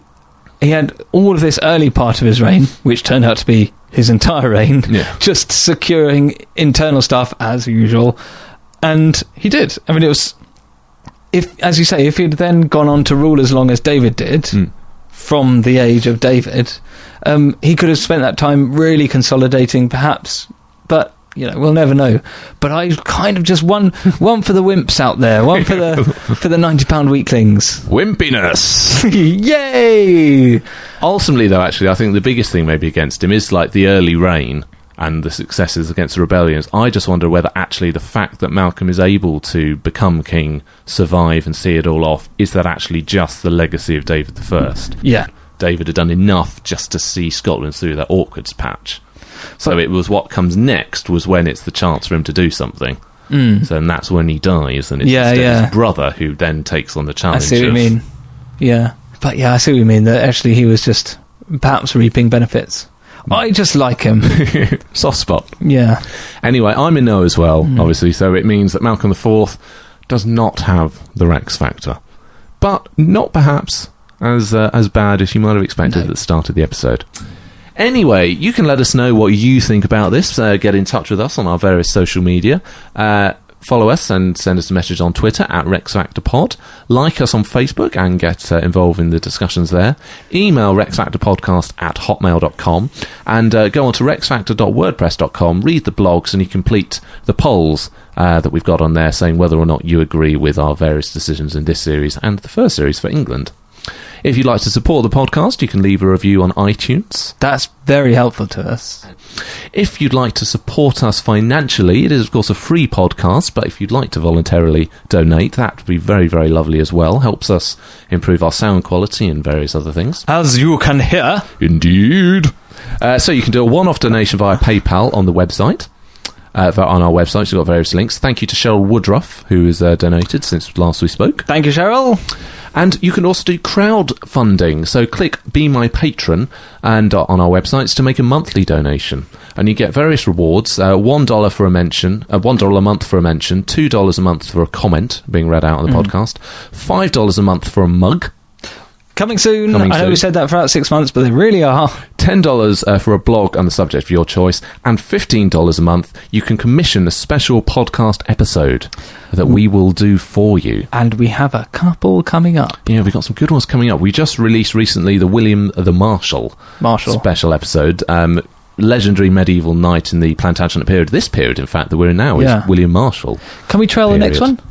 Speaker 4: he had all of this early part of his reign, which turned out to be his entire reign,
Speaker 3: Yeah.
Speaker 4: just securing internal stuff as usual, and he did. I mean, it was if, as you say, if he'd then gone on to rule as long as David did.
Speaker 3: Mm.
Speaker 4: From the age of David, um, he could have spent that time really consolidating, perhaps. But you know, we'll never know. But I kind of just one one for the wimps out there, one for the for the ninety pound weaklings.
Speaker 3: Wimpiness.
Speaker 4: Yay!
Speaker 3: Ultimately, though, actually, I think the biggest thing maybe against him is like the early reign and the successes against the rebellions. I just wonder whether actually the fact that Malcolm is able to become king, survive, and see it all off is that actually just the legacy of David the First.
Speaker 4: Yeah,
Speaker 3: David had done enough just to see Scotland through that awkward patch. So
Speaker 4: But-
Speaker 3: it was what comes next was when it's the chance for him to do something. Mm. So then that's when he dies, and it's
Speaker 4: Hmm. Yeah,
Speaker 3: instead
Speaker 4: yeah.
Speaker 3: his brother who then takes on the
Speaker 4: I
Speaker 3: challenge.
Speaker 4: see what you
Speaker 3: of-
Speaker 4: mean. Yeah, but yeah, I see what you mean. That actually he was just perhaps reaping benefits. I just like him.
Speaker 3: Soft spot.
Speaker 4: yeah,
Speaker 3: Anyway, I'm in no as well,
Speaker 4: Hmm.
Speaker 3: obviously, so it means that Malcolm IV does not have the Rex factor. But not perhaps as, uh, as bad as you might have expected at the start of the episode. Anyway, you can let us know what you think about this. Uh, get in touch with us on our various social media. Uh, follow us and send us a message on Twitter at RexFactorPod. Like us on Facebook and get uh, involved in the discussions there. Email RexFactorPodcast at hotmail.com and uh, go on to RexFactor.wordpress.com, read the blogs, and you complete the polls uh, that we've got on there saying whether or not you agree with our various decisions in this series and the first series for England. If you'd like to support the podcast, you can leave a review on iTunes.
Speaker 4: that's very helpful to us.
Speaker 3: If you'd like to support us financially, it is, of course, a free podcast, but if you'd like to voluntarily donate, that would be very, very lovely as well. Helps us improve our sound quality and various other things.
Speaker 4: As you can hear,
Speaker 3: Indeed. Uh, so you can do a one off donation via PayPal on the website. Uh, for- on our website, we've got various links. Thank you to Cheryl Woodruff, who has uh, donated since last we spoke.
Speaker 4: thank you, Cheryl.
Speaker 3: And you can also do crowdfunding. So click Be My Patron and uh, on our websites to make a monthly donation. And you get various rewards uh, $1 for a mention, uh, $1 a month for a mention, $2 a month for a comment being read out on the podcast, $5 a month for a mug.
Speaker 4: Coming soon.
Speaker 3: Coming
Speaker 4: I know
Speaker 3: soon.
Speaker 4: we said that for about six months, but they really are.
Speaker 3: $10 uh, for a blog on the subject of your choice, and $15 a month, you can commission a special podcast episode that we will do for you.
Speaker 4: And we have a couple coming up.
Speaker 3: Yeah, we've got some good ones coming up. We just released recently the William the Marshal
Speaker 4: Marshal.
Speaker 3: special episode. Um, legendary medieval knight in the Plantagenet period. This period, in fact, that we're in now
Speaker 4: Yeah.
Speaker 3: is William Marshal.
Speaker 4: Can we trail the next
Speaker 3: Period.
Speaker 4: one?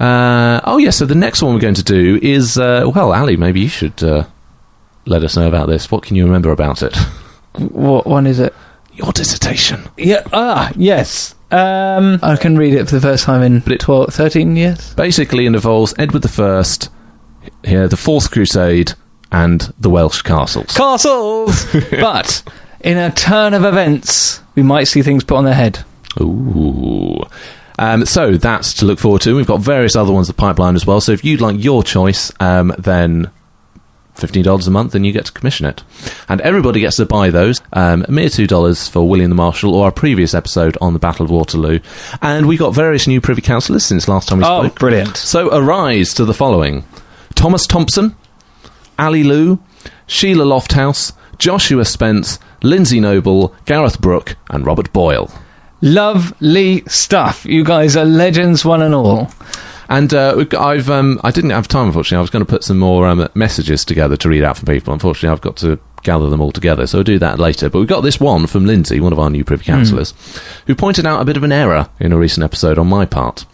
Speaker 3: Uh, oh, yeah, so the next one we're going to do is, uh, well, Ali, maybe you should uh, let us know about this. What can you remember about it?
Speaker 7: What one is it?
Speaker 3: Your dissertation.
Speaker 4: Yeah. Ah, yes. Um,
Speaker 7: I can read it for the first time in
Speaker 3: But it-
Speaker 7: 12, 13 years.
Speaker 3: Basically, it involves Edward I, here, the Fourth Crusade, and the Welsh castles.
Speaker 4: castles. but in a turn of events, we might see things put on their head.
Speaker 3: Ooh. Um, so that's to look forward to. We've got various other ones in the pipeline as well. So if you'd like your choice, um, then $15 a month, then you get to commission it. And everybody gets to buy those. Um, a mere $2 for William the Marshal or our previous episode on the Battle of Waterloo. And we got various new Privy Councillors since last time we
Speaker 4: Oh,
Speaker 3: spoke.
Speaker 4: brilliant.
Speaker 3: So arise to the following Thomas Thompson, Ali Lou, Sheila Lofthouse, Joshua Spence, Lindsay Noble, Gareth Brooke, and Robert Boyle.
Speaker 4: Lovely stuff. You guys are legends, one and all.
Speaker 3: And uh, we've got- I've um, I didn't have time, unfortunately. I was going to put some more um, messages together to read out for people. Unfortunately, I've got to gather them all together, so we'll do that later. But we've got this one from Lindsay, one of our new privy councillors, who pointed out a bit of an error in a recent episode on my part.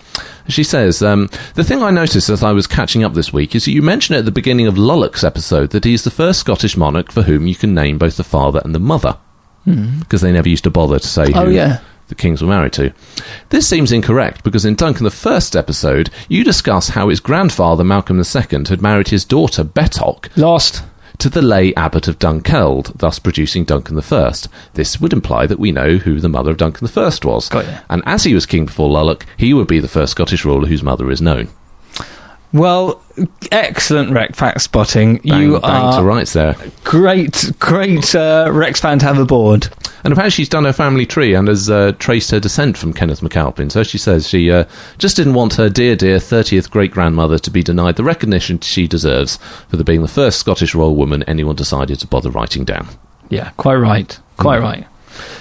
Speaker 3: She says, um, The thing I noticed as I was catching up this week is that you mentioned at the beginning of Lullock's episode that he is the first Scottish monarch for whom you can name both the father and the mother. Because they never used to bother to say
Speaker 4: Oh,
Speaker 3: who
Speaker 4: yeah.
Speaker 3: the kings were married to. This seems incorrect because in Duncan the First episode, you discuss how his grandfather, Malcolm II, had married his daughter, Betoc,
Speaker 4: Lost.
Speaker 3: to the lay abbot of Dunkeld, thus producing Duncan I. This would imply that we know who the mother of Duncan I was.
Speaker 4: Got ya.
Speaker 3: And as he was king before Lullock, he would be the first Scottish ruler whose mother is known.
Speaker 8: Well, excellent rec fact spotting.
Speaker 3: Bang,
Speaker 8: you
Speaker 3: bang
Speaker 8: are
Speaker 3: to rights there.
Speaker 8: great, great uh, Rex fan to have aboard.
Speaker 3: And apparently she's done her family tree and has uh, traced her descent from Kenneth MacAlpin. So she says she uh, just didn't want her dear, dear 30th great-grandmother to be denied the recognition she deserves for the being the first Scottish royal woman anyone decided to bother writing down.
Speaker 4: Yeah, quite right. Quite right.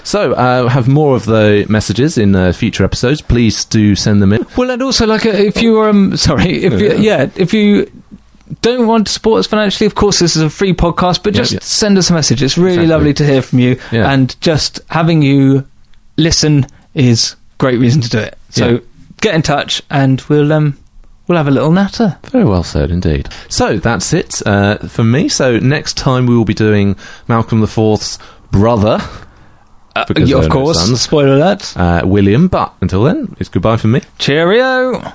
Speaker 3: So, uh, have more of the messages in uh, future episodes. Please do send them in.
Speaker 4: Well, and also, like, uh, if you are, um, sorry, if you, yeah, if you don't want to support us financially, of course, this is a free podcast, but
Speaker 3: Yeah,
Speaker 4: just
Speaker 3: yeah.
Speaker 4: send us a message. It's really
Speaker 3: Exactly.
Speaker 4: lovely to hear from you,
Speaker 3: Yeah.
Speaker 4: and just having you listen is great reason to do it. So
Speaker 3: Yeah.
Speaker 4: get in touch, and we'll um, we'll have a little natter.
Speaker 3: Very well said indeed. So that's it uh, for me. So next time we will be doing Malcolm IV's brother, Because
Speaker 4: yeah,
Speaker 3: they're
Speaker 4: of
Speaker 3: no
Speaker 4: course.
Speaker 3: sons.
Speaker 4: Spoiler alert.
Speaker 3: uh, William. But until then, it's goodbye from me.
Speaker 4: Cheerio.